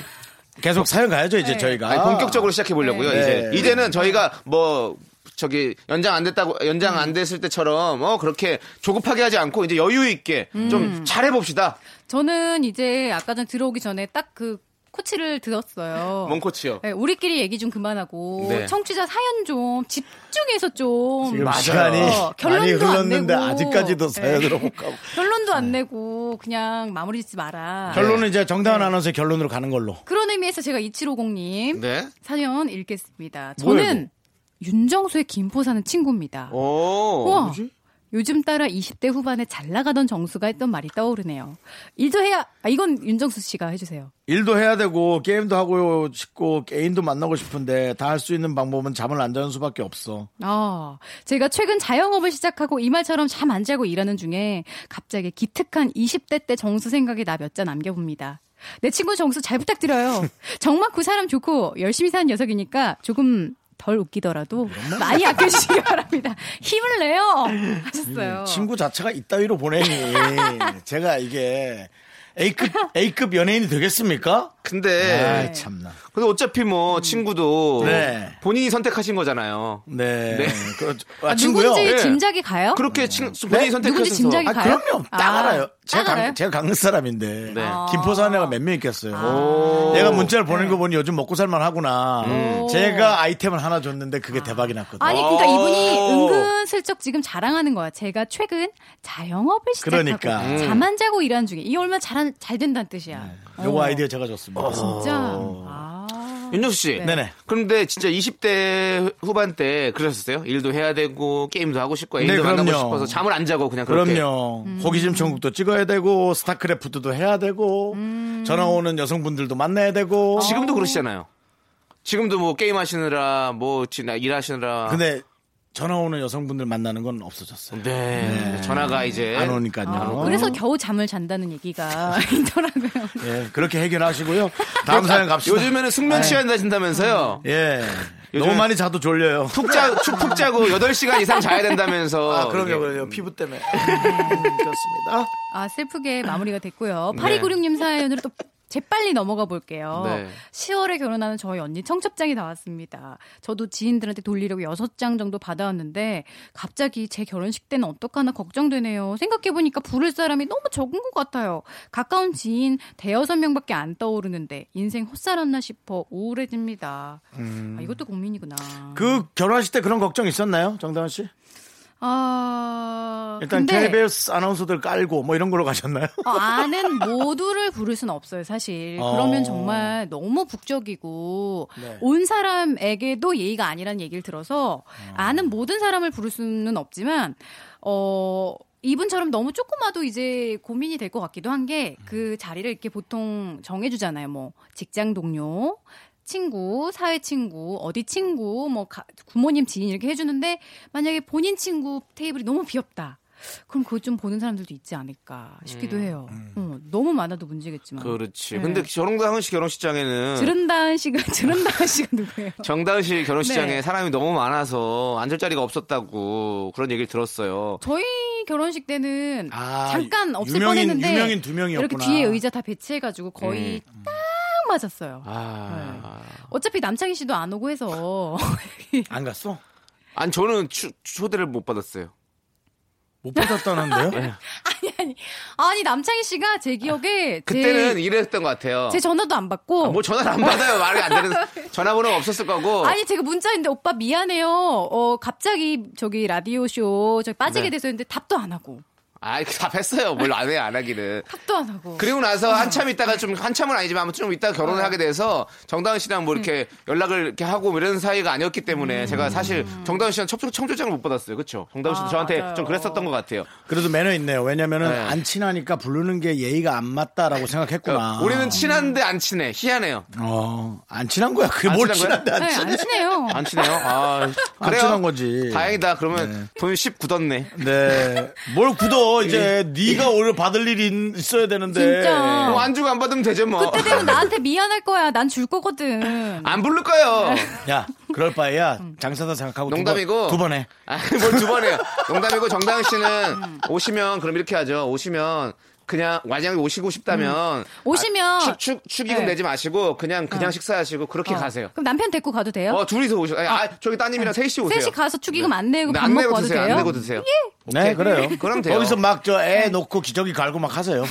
계속 사연 가야죠,
네.
이제 저희가.
아니, 본격적으로 시작해 보려고요.
네.
이제
네.
이제는 저희가 뭐 저기 연장 안 됐다고 연장 안 됐을 때처럼 어 그렇게 조급하게 하지 않고 이제 여유 있게
음.
좀 잘해 봅시다.
저는 이제 아까 전 들어오기 전에 딱 그 코치를 들었어요.
멍코치요.
네, 우리끼리 얘기 좀 그만하고
네.
청취자 사연 좀 집중해서 좀 어,
지금
맞아요.
시간이 많이
결론도 안
흘렀는데
내고.
아직까지도
네.
사연으로 못 가고. 네.
결론도 안 내고 그냥 마무리 짓지 마라.
결론은 이제 정당한 아나운서의 결론으로 가는 걸로.
그런 의미에서 제가 2750님
네.
사연 읽겠습니다.
뭐야, 어,
저는 윤정수의 김포 사는 친구입니다.
오.
우와. 요즘 따라 20대 후반에 잘 나가던 정수가 했던 말이 떠오르네요. 일도 해야 아, 이건 윤정수 씨가 해주세요.
일도 해야 되고 게임도 하고 싶고 애인도 만나고 싶은데 다 할 수 있는 방법은 잠을 안 자는 수밖에 없어.
아, 제가 최근 자영업을 시작하고 이 말처럼 잠 안 자고 일하는 중에 갑자기 기특한 20대 때 정수 생각이 나 몇 자 남겨봅니다. 내 친구 정수 잘 부탁드려요. 정말 그 사람 좋고 열심히 사는 녀석이니까 조금 덜 웃기더라도 많이 아껴주시기 바랍니다. 힘을 내요! 하셨어요.
네, 친구 자체가 이따위로 보내니 제가 이게 A급 A급 연예인이 되겠습니까?
근데
아 참나.
근데 어차피 뭐 친구도
네.
본인이 선택하신 거잖아요.
네. 아,
네.
그,
아,
아, 친구요.
누군지
예.
짐작이 가요?
그렇게 친,
네.
본인이 선택하셔서
누군지 짐작이
아
가요?
그럼요. 딱
아,
알아요. 제가
딱 알아요? 아.
강, 제가 강릉 사람인데
네.
김포사는 애가 몇 명 있겠어요.
오.
얘가
네.
문자를 보낸 거 보니 요즘 먹고 살만 하구나. 제가 아이템을 하나 줬는데 그게 대박이 났거든요.
아니 그러니까 이분이
오.
은근슬쩍 지금 자랑하는 거야. 제가 최근 자영업을 시작하고
그러니까. 음.
잠 안 자고 일하는 중에 이 얼마 잘, 잘 된다는 뜻이야.
네. 요거
어.
아이디어 제가 줬습니다.
진짜.
어.
아.
윤정수 씨.
네. 네네.
그런데 진짜 20대 후반 때 그러셨어요? 일도 해야 되고 게임도 하고 싶고 애인도
네,
만나고
그럼요.
싶어서 잠을 안 자고 그냥 그렇게.
그럼요. 호기심 천국도 찍어야 되고 스타크래프트도 해야 되고 전화 오는 여성분들도 만나야 되고.
지금도 그러시잖아요. 지금도 뭐 게임 하시느라 뭐 지나 일하시느라
근데 전화 오는 여성분들 만나는 건 없어졌어요.
네. 전화가 이제
안 오니까요.
어.
아, 그래서 겨우 잠을 잔다는 얘기가 있더라고요.
예, 그렇게 해결하시고요. 다음 사연
그러니까
갑시다. 네.
요즘에는 숙면 취한 다신다면서요.
예.
요즘-
너무 많이 자도 졸려요.
푹 자, 푹 자고 8시간 이상 자야 된다면서.
아, 그럼요,
이게.
그럼요. 피부 때문에. 음, 그렇습니다.
아, 슬프게 마무리가 됐고요.
네.
8296님 사연으로 또 재빨리 넘어가 볼게요.
네.
10월에 결혼하는 저희 언니 청첩장이 나왔습니다. 저도 지인들한테 돌리려고 6장 정도 받아왔는데 갑자기 제 결혼식 때는 어떡하나 걱정되네요. 생각해보니까 부를 사람이 너무 적은 것 같아요. 가까운 지인 대여섯 명밖에 안 떠오르는데 인생 헛살았나 싶어 우울해집니다.
음.
아, 이것도 고민이구나.
그 결혼하실 때 그런 걱정 있었나요, 정다은 씨?
아,
일단
근데-
KBS 아나운서들 깔고 뭐 이런 걸로 가셨나요?
어, 아는 모두를 부를 수는 없어요, 사실.
어.
그러면 정말 너무 북적이고
네.
온 사람에게도 예의가 아니라는 얘기를 들어서 아는 모든 사람을 부를 수는 없지만 어 이분처럼 너무 조그마도 이제 고민이 될 것 같기도 한 게
음.
그 자리를 이렇게 보통 정해주잖아요. 뭐 직장 동료, 친구, 사회 친구, 어디 친구, 뭐 가- 부모님 지인 이렇게 해주는데 만약에 본인 친구 테이블이 너무 비었다. 그럼 그거 좀 보는 사람들도 있지 않을까 싶기도
음.
해요. 어, 너무 많아도
예.
문제겠지만.
그렇죠.
그렇지.
네.
근데 정다은 씨 결혼식장에는
지른다은 씨가 지른다은 씨가 누구예요?
정다은 씨 결혼식장에
네.
사람이 너무 많아서 앉을 자리가 없었다고 그런 얘기를 들었어요.
저희 결혼식 때는
아,
잠깐 없을
유명인,
뻔했는데
유명인 두 명이었구나. 음,
이렇게 뒤에 의자 다 배치해가지고 거의 딱 맞았어요.
아.
어차피 남창희 씨도 안 오고 해서
안 갔어?
아니 저는 추- 초대를 못 받았어요.
못 받았다는데요?
아니 남창희 씨가 제 기억에
그때는
제,
이랬던 것 같아요.
제 전화도 안 받고
뭐 전화를 안 받아요. 말이 안 되는 전화번호가 없었을 거고.
아니 제가 문자인데 오빠 미안해요. 어 갑자기 저기 라디오 쇼 저기 빠지게
네.
돼서 했는데 답도 안 하고
아, 답했어요. 뭘 안 해, 안 하기는.
답도 안 하고
그리고
어.
나서 한참 있다가 좀 한참은 아니지만 아무튼 좀 있다가 결혼을 하게 돼서 정다은 씨랑 뭐 이렇게
음.
연락을 이렇게 하고 뭐 이런 사이가 아니었기 때문에 제가 사실 정다은 씨랑 첩- 청초장을 못 받았어요. 그렇죠? 정다은 씨도
아,
저한테
맞아요.
좀 그랬었던 것 같아요.
그래도 매너 있네요. 왜냐면은
네.
안 친하니까 부르는 게 예의가 안 맞다라고 생각했구나.
그러니까 우리는 친한데 안 친해. 희한해요.
어, 안 친한 거야. 그게
안
뭘
친한
친한데
거야?
안
네, 안 친해요.
안 친해요? 아,
안
그래요.
친한 거지.
다행이다.
네.
그러면 돈10 굳었네.
네. 뭘 굳어
예.
이제 네가 오히려 받을 일이 있어야 되는데.
진짜.
뭐 안주고 안 받으면 되죠 뭐.
그때 되면 나한테 미안할 거야. 난 줄 거거든.
안 부를 거예요.
네.
야, 그럴 바에야 장사다 생각하고 뭐 두 번-
농담이고. 아,
두 번에.
뭘두 번 해요. 농담이고 정다은 씨는 오시면 그럼 이렇게 하죠. 오시면 그냥 와장에 오시고 싶다면
음. 오시면-
아, 축, 축, 축의금
네.
내지 마시고 그냥 그냥 식사하시고 그렇게
어.
가세요.
그럼 남편 데리고 가도 돼요? 어.
어 둘이서 오셔. 아니, 아, 저기 따님이랑 셋이 오세요.
셋이 가서 축의금 안 내고
네,
밥
안
먹고
내고
와도
드세요.
돼요? 예.
안 내고 드세요.
네, 그래요.
그럼 돼요.
거기서 막 저
네.
애 놓고 기저귀 갈고 막 하세요.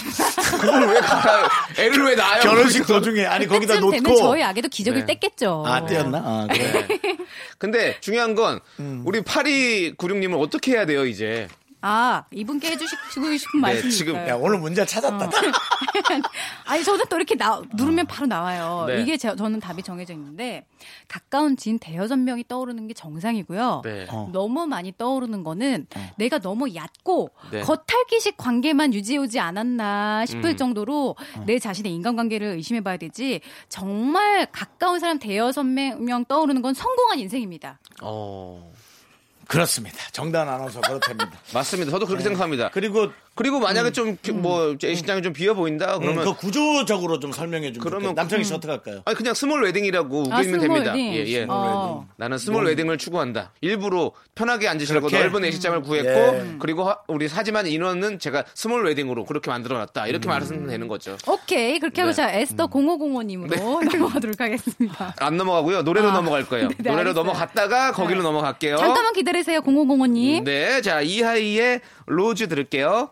그걸 왜 가요? 애를 왜 낳아요?
결혼식 도중에 아니 거기다
그때쯤 되면
놓고
저희 아기도 기저귀를
네.
뗐겠죠.
아, 떼었나? 아, 그래.
근데 중요한 건
음.
우리 파리 구룡님은 어떻게 해야 돼요 이제?
아, 이분께 해주시고 싶은 말씀이
네, 지금
야,
있어요.
오늘 문제 찾았다.
아니 저는 또 이렇게 나, 누르면 바로 나와요.
네.
이게 제, 저는 답이 정해져 있는데 가까운 지인 대여섯 명이 떠오르는 게 정상이고요.
네.
너무 많이 떠오르는 거는 내가 너무 얕고
네.
겉핥기식 관계만 유지하지 않았나
음.
싶을 정도로 내 자신의 인간관계를 의심해봐야 되지 정말 가까운 사람 대여섯 명 떠오르는 건 성공한 인생입니다.
어
그렇습니다. 정단 아나운서 그렇답니다.
맞습니다. 저도
네.
그렇게 생각합니다.
그리고
그리고 만약에
음.
좀 뭐 애신장이 좀 비어 보인다 그러면
그 구조적으로 좀 설명해 주면
그러면 음.
그러면 남창희 씨 어떻게 할까요?
아니 그냥 스몰 웨딩이라고 우기면
아, 스몰
됩니다.
웨딩.
예, 예.
어.
나는 스몰 웨딩을 추구한다. 일부러 편하게 앉으시라고
그렇게? 음.
넓은 예식장을 구했고 그리고 하- 우리 사지만 인원은 제가 스몰 웨딩으로 그렇게 만들어놨다.
음.
이렇게 말하시면 되는 거죠.
오케이 그렇게 하고
네.
자 에스더 0505님으로 넘어가도록 하겠습니다.
안 넘어가고요. 노래로
아.
넘어갈 거예요.
네, 네,
노래로
알겠어요. 네.
넘어갔다가 거기로 넘어갈게요.
잠깐만 기다리세요 0505님.
네, 자 이하이의 로즈 들을게요.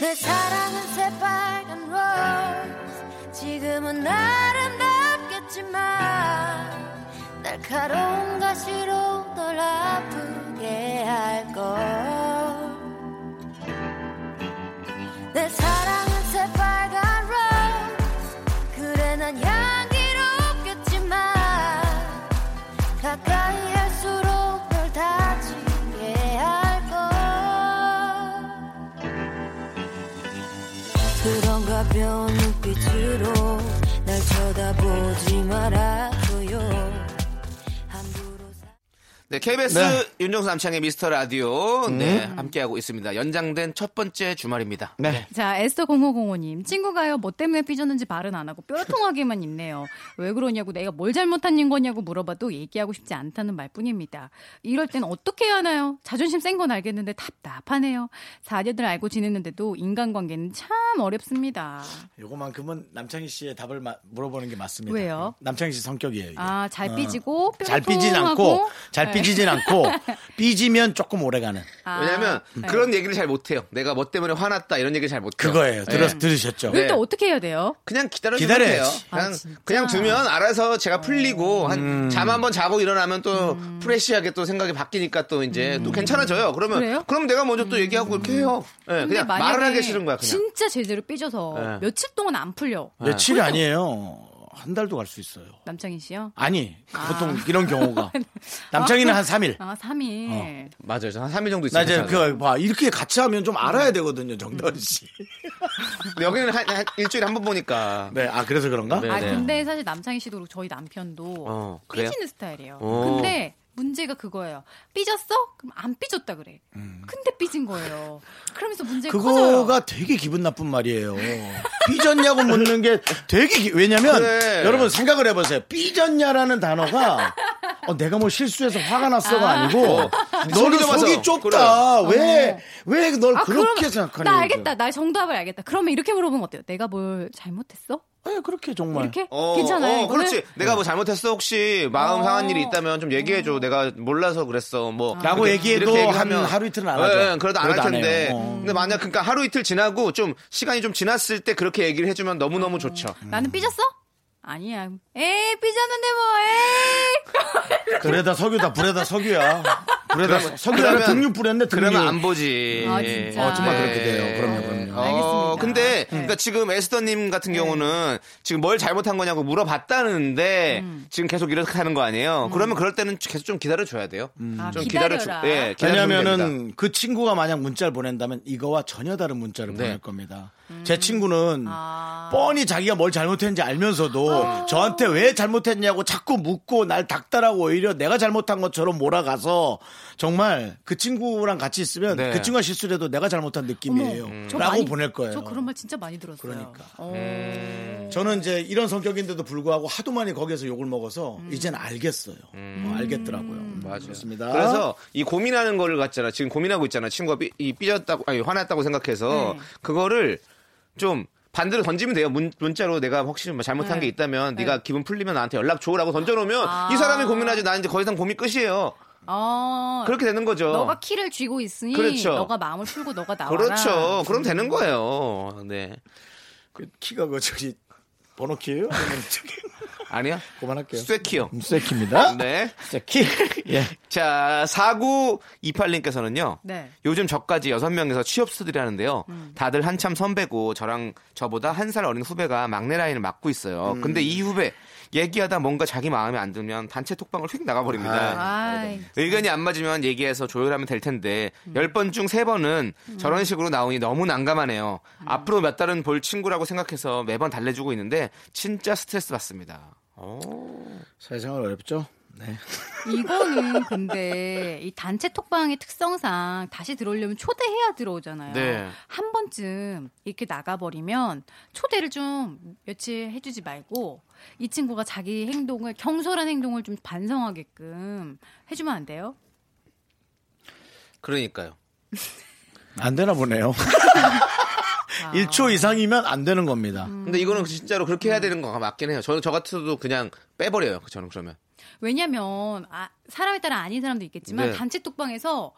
내 사랑은 새빨간 로즈 지금은 아름답겠지만 날카로운 가시로 널 아프게 할걸 내 사랑은 새빨간 로즈 그래 난 향기롭겠지만 가까이 할수록 널 다치게 할걸
그런 가벼운 눈빛으로 날 쳐다보지 말아줘요 함부로 사-
네, KBS
네.
윤정수 남창의 미스터 라디오
음.
네, 함께하고 있습니다. 연장된 첫 번째 주말입니다. 네.
자, 에스터 0505님. 친구가요, 뭐 때문에 삐졌는지 말은 안 하고 뾰로통하게만 있네요. 왜 그러냐고 내가 뭘 잘못한 거냐고 물어봐도 얘기하고 싶지 않다는 말뿐입니다. 이럴 땐 어떻게 해야 하나요? 자존심 센 건 알겠는데 답답하네요. 4년을 알고 지냈는데도 인간관계는 참 어렵습니다.
요거만큼은 남창희 씨의 답을 마- 물어보는 게 맞습니다. 음,
왜요?
남창희 씨 성격이에요. 이게.
아, 잘
어.
삐지고 뾰로통하고.
잘 삐진 않고 잘
네.
삐지진 않고 삐지면 조금 오래가는
아,
왜냐하면
네.
그런 얘기를 잘 못해요. 내가 뭐 때문에 화났다 이런 얘기를 잘 못해요.
그거예요.
네.
들었 들으셨죠?
이럴 때 어떻게 해야 돼요?
그냥 기다려주면 돼요.
기다려야지.
아,
그냥, 그냥 두면 알아서
어.
제가 풀리고 한
음.
잠 한번 자고 일어나면 또
음.
프레시하게 또 생각이 바뀌니까 또 이제 또 괜찮아져요. 그러면
그래요? 음.
그럼 내가 먼저 또 얘기하고 이렇게 해요. 예,
근데
그냥
만약에
말을 하기 싫은 거야. 그냥.
진짜 제대로 삐져서
네.
며칠 동안 안 풀려.
네, 며칠이 아니에요. 한 달도 갈 수 있어요.
남창희 씨요?
아니
아. 네.
보통 이런 경우가 남창희는 한 3일.
아, 3일.
맞아요. 저한 3일 정도
나
있어요.
이제 그봐 이렇게 같이 하면 좀 알아야 되거든요
음.
정다은 씨.
여기는 한, 한 일주일에 한 번 보니까.
네, 아 그래서 그런가?
네,
아,
네.
근데 사실 남창희 씨도 그렇고 저희 남편도
어, 그래요?
삐지는 스타일이에요.
어.
오.
근데 문제가 그거예요. 삐졌어? 그럼 안 삐졌다 그래.
음.
근데 삐진 거예요. 그러면서 문제가 커져요.
그거가 되게 기분 나쁜 말이에요. 삐졌냐고 묻는 게 되게 기- 왜냐면
그래.
여러분 생각을 해보세요. 삐졌냐라는 단어가 어, 내가 뭐 실수해서 화가 났어가 아. 니고
어.
너는
속이
속이
좁아서.
좁다. 왜
그래.
왜 널
아,
그렇게
그러면-
생각하냐?
나 알겠다. 나 정답을 알겠다. 그러면 이렇게 물어보면 어때요? 내가 뭘 잘못했어?
네, 그렇게 정말.
이렇게?
어,
괜찮아요.
어,
이거는?
그렇지. 내가 뭐 잘못했어 혹시 마음
어.
상한 일이 있다면 좀 얘기해 줘. 내가 몰라서 그랬어. 뭐
아.
라고
이렇게-
얘기해도
이렇게
한 하루 이틀은 안
예,
하죠.
예, 그래도 안 할
그래도 안
텐데.
해요. 어.
근데 만약 그러니까 하루 이틀 지나고 좀 시간이 좀 지났을 때 그렇게 얘기를 해주면 너무 너무 좋죠.
나는 삐졌어? 아니야. 에이, 삐졌는데 뭐, 에이.
그래다 석유다 불에다 석유야. 불에다
그러면-
석유야.
그러면-
등유 뿌렸는데 등유.
그러면 안 보지. 네.
아, 진짜. 네.
어, 정말 그렇게 돼요. 그럼요, 그럼요.
어,
알겠습니다.
근데
네.
그러니까 지금 에스더님 같은 경우는 지금 뭘 잘못한 거냐고 물어봤다는데
음.
지금 계속 이렇게 하는 거 아니에요? 그러면 그럴 때는 계속 좀 기다려줘야 돼요.
아,
좀
기다려라.
기다려줘- 예, 기다려주면 됩니다.
왜냐면은 그 친구가 만약 문자를 보낸다면 이거와 전혀 다른 문자를
네.
보낼 겁니다. 제 친구는
아.
뻔히 자기가 뭘 잘못했는지 알면서도 저한테 왜 잘못했냐고 자꾸 묻고 날 닥달하고 오히려 내가 잘못한 것처럼 몰아가서 정말 그 친구랑 같이 있으면
네.
그 친구가 실수를 해도 내가 잘못한 느낌이에요.
어머, 저
라고
많이-
보낼 거예요. 음.
저 그런 말 진짜 많이 들었어요.
그러니까.
어.
저는 이제 이런 성격인데도 불구하고 하도 많이 거기에서 욕을 먹어서
음.
이젠 알겠어요. 어, 알겠더라고요. 맞아요. 그렇습니다.
그래서 이 고민하는 거를 갖잖아. 지금 고민하고 있잖아. 친구가 삐, 이 삐졌다고, 아니, 화났다고 생각해서 그거를 좀 반대로 던지면 돼요. 문, 문자로 내가 혹시 뭐 잘못한 게 있다면 네. 가 기분 풀리면 나한테 연락 줘라고 던져놓으면 이 사람이 고민하지. 나 이제 더 이상 고민 끝이에요.
어.
그렇게 되는 거죠.
너가 키를 쥐고 있으니
그렇죠.
너가 마음을 풀고 너가 나와라.
그렇죠. 그럼 되는 거예요. 네.
그 키가 그 저기 번호 키예요? 아니면 저기
아니야?
그만할게요.
쇠키요.
쇠키입니다.
네.
쇠키. 예.
자, 4928님께서는요.
네.
요즘 저까지 여섯 명에서 취업수들이 하는데요.
음.
다들 한참 선배고 저랑 저보다 한 살 어린 후배가 막내 라인을 맡고 있어요.
음.
근데 이 후배 얘기하다 뭔가 자기 마음에 안 들면 단체 톡방을 휙 나가버립니다.
아이,
의견이 안 맞으면 얘기해서 조율하면 될 텐데
음.
열 번 중 세번은 저런 식으로 나오니 너무 난감하네요.
음.
앞으로 몇 달은 볼 친구라고 생각해서 매번 달래주고 있는데 진짜 스트레스 받습니다.
사회생활 어렵죠? 네.
이거는 근데 이 단체 톡방의 특성상 다시 들어오려면 초대해야 들어오잖아요.
네.
한 번쯤 이렇게 나가버리면 초대를 좀 며칠 해주지 말고 이 친구가 자기 행동을 경솔한 행동을 좀 반성하게끔 해주면 안 돼요?
그러니까요.
안 되나 보네요. 1초 이상이면 안 되는 겁니다.
음.
근데 이거는 진짜로 그렇게 해야 되는 거 맞긴 해요. 저는 저 같아도 그냥 빼버려요. 저는 그러면.
왜냐면 아, 사람에 따라 아닌 사람도 있겠지만
네.
단체 톡방에서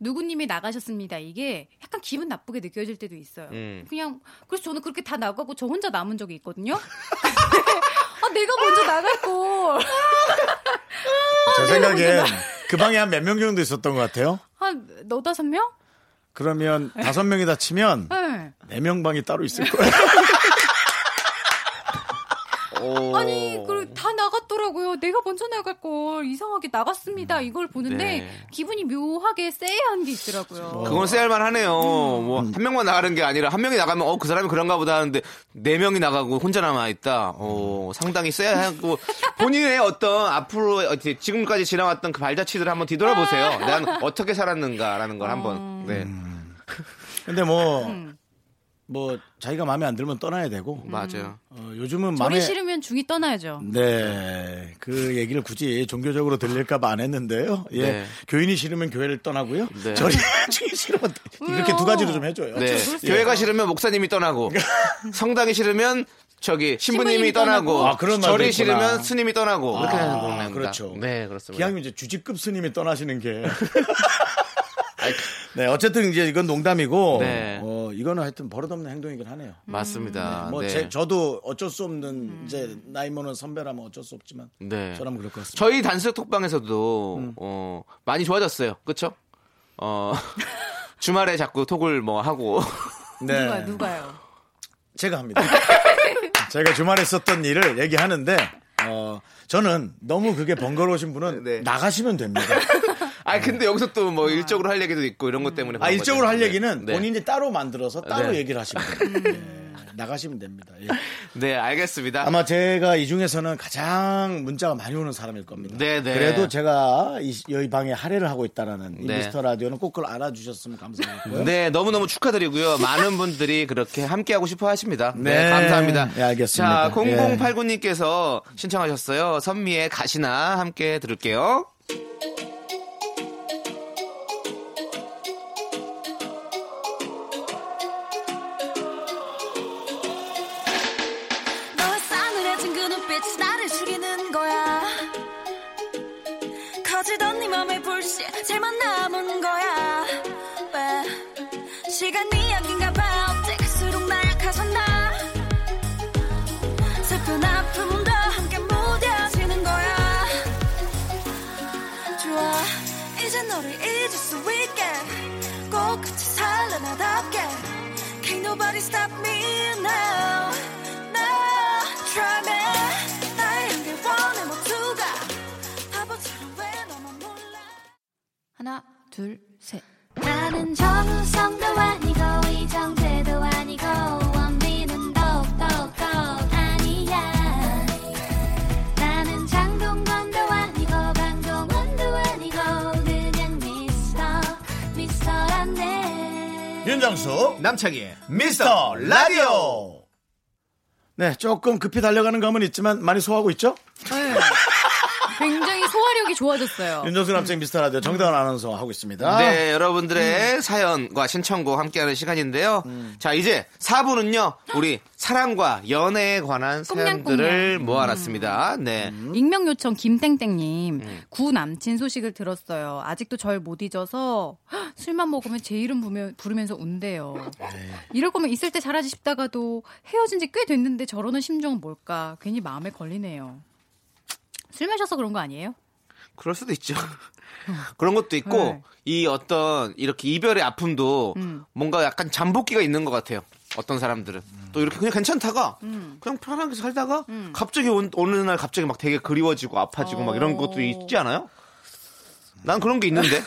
누구님이 나가셨습니다. 이게 약간 기분 나쁘게 느껴질 때도 있어요.
음.
그냥 그래서 저는 그렇게 다 나가고 저 혼자 남은 적이 있거든요. 아, 내가 먼저 나갈 걸.
제 생각엔 그 방에 한 몇 명 정도 있었던 것 같아요.
한 너다섯 명?
그러면 다섯 명이 다 치면
네.
네 명 방이 따로 있을 거예요.
오.
아니 그리고 다 나갔더라고요. 내가 먼저 나갈 걸 이상하게 나갔습니다. 이걸 보는데
네.
기분이 묘하게 쎄한 게 있더라고요.
어.
그건 쎄할만 하네요.
음.
뭐, 한 명만 나가는 게 아니라, 한 명이 나가면, 어, 그 사람이 그런가 보다 하는데, 네 명이 나가고 혼자 남아있다. 어, 상당히 쎄하고, 본인의 어떤, 앞으로, 어떻게 지금까지 지나왔던 그 발자취들을 한번 뒤돌아보세요. 난 어떻게 살았는가라는 걸
음.
한번, 네.
근데 뭐, 뭐, 자기가 마음에 안 들면 떠나야 되고.
음. 맞아요.
어, 요즘은
절이
마음에.
싫으면 중이 떠나야죠.
네. 그 얘기를 굳이 종교적으로 들릴까봐 안 했는데요. 예.
네.
교인이 싫으면 교회를 떠나고요.
네.
절이 중이 싫으면 떠- 이렇게 두 가지로 좀 해줘요.
네.
예.
교회가 싫으면 목사님이 떠나고, 성당이 싫으면, 저기, 신부님이
신부님이
떠나고,
떠나고. 아, 그런 말도
절이
있구나.
싫으면 스님이 떠나고, 이렇게
아,
하는 겁니다.
그렇죠.
네, 그렇습니다.
기왕이면 이제 주직급 스님이 떠나시는 게. 네, 어쨌든 이제 이건 농담이고,
네.
어, 이거는 하여튼 버릇없는 행동이긴 하네요.
맞습니다.
뭐
네.
제, 저도 어쩔 수 없는
음.
이제 나이 먹는 선배라면 어쩔 수 없지만
네.
저라면 그럴 것 같습니다.
저희 단식 톡방에서도 어, 많이 좋아졌어요. 그렇죠? 어, 주말에 자꾸 톡을 뭐 하고 네.
누가 누가요?
네. 제가 합니다. 제가 주말에 있었던 일을 얘기하는데 어, 저는 너무 그게 번거로우신 분은
네.
나가시면 됩니다.
아 음. 근데 여기서 또 뭐 일적으로 할 얘기도 있고 이런 것 때문에
아
그런
일적으로
거죠.
할 얘기는
네.
본인이 따로 만들어서 따로
네.
얘기를 하시면 됩니다.
음.
네, 나가시면 됩니다. 예.
네, 알겠습니다.
아마 제가 이 중에서는 가장 문자가 많이 오는 사람일 겁니다.
네, 네.
그래도 제가 이, 여기 방에 할애를 하고 있다라는 이
네.
미스터 라디오는 꼭 그걸 알아주셨으면 감사하고요.
네, 너무너무 축하드리고요. 많은 분들이 그렇게 함께하고 싶어 하십니다. 네,
네.
감사합니다. 예.
네, 알겠습니다.
자, 0089님께서 신청하셨어요. 선미의 가시나 함께 들을게요.
너의 싸늘해진 그 눈빛이 나를 죽이는 거야 커지던 네 맘의 불씨 제만 남은 거야 왜 시간이 약인가 봐 어때 갈수록 나 약해졌나 슬픈 아픔도 함께 무뎌지는 거야 좋아 이제 너를 잊을 수 있게 꼭 같이 살래 나답게 Can't nobody stop me now now Try me 나의 한계 원해 모두가 바보처럼 왜 너만 몰라
하나 둘 셋.
나는 정우성도 아니고 이정재도 아니고 원빈은 더욱더 아니야 나는 장동건도 아니고 방종원도 아니고 그냥 미스터 미스터란데
윤정수
남창희의
미스터 라디오. 네, 조금 급히 달려가는 감은 있지만 많이 소화하고 있죠?
네. 굉장히 소화력이 좋아졌어요.
윤정수 남창 미스터 라디오 정다운 아나운서 하고 있습니다.
네,
음.
여러분들의 사연과 신청곡 함께하는 시간인데요. 자, 이제 4부는요, 우리 사랑과 연애에 관한 사연들을
음.
모아놨습니다. 네.
익명 요청 김땡땡님
음.
구 남친 소식을 들었어요. 아직도 절 못 잊어서 헉, 술만 먹으면 제 이름 부며- 부르면서 운대요.
네.
이럴 거면 있을 때 잘하지 싶다가도 헤어진 지 꽤 됐는데 저러는 심정은 뭘까? 괜히 마음에 걸리네요. 술 마셔서 그런 거 아니에요?
그럴 수도 있죠. 그런 것도 있고,
네.
이 어떤, 이렇게 이별의 아픔도
음.
뭔가 약간 잠복기가 있는 것 같아요. 어떤 사람들은. 또 이렇게 그냥 괜찮다가,
음.
그냥 편하게 살다가, 갑자기 온- 어느 날 갑자기 막 되게 그리워지고 아파지고 막
어.
이런 것도 있지 않아요? 난 그런 게 있는데.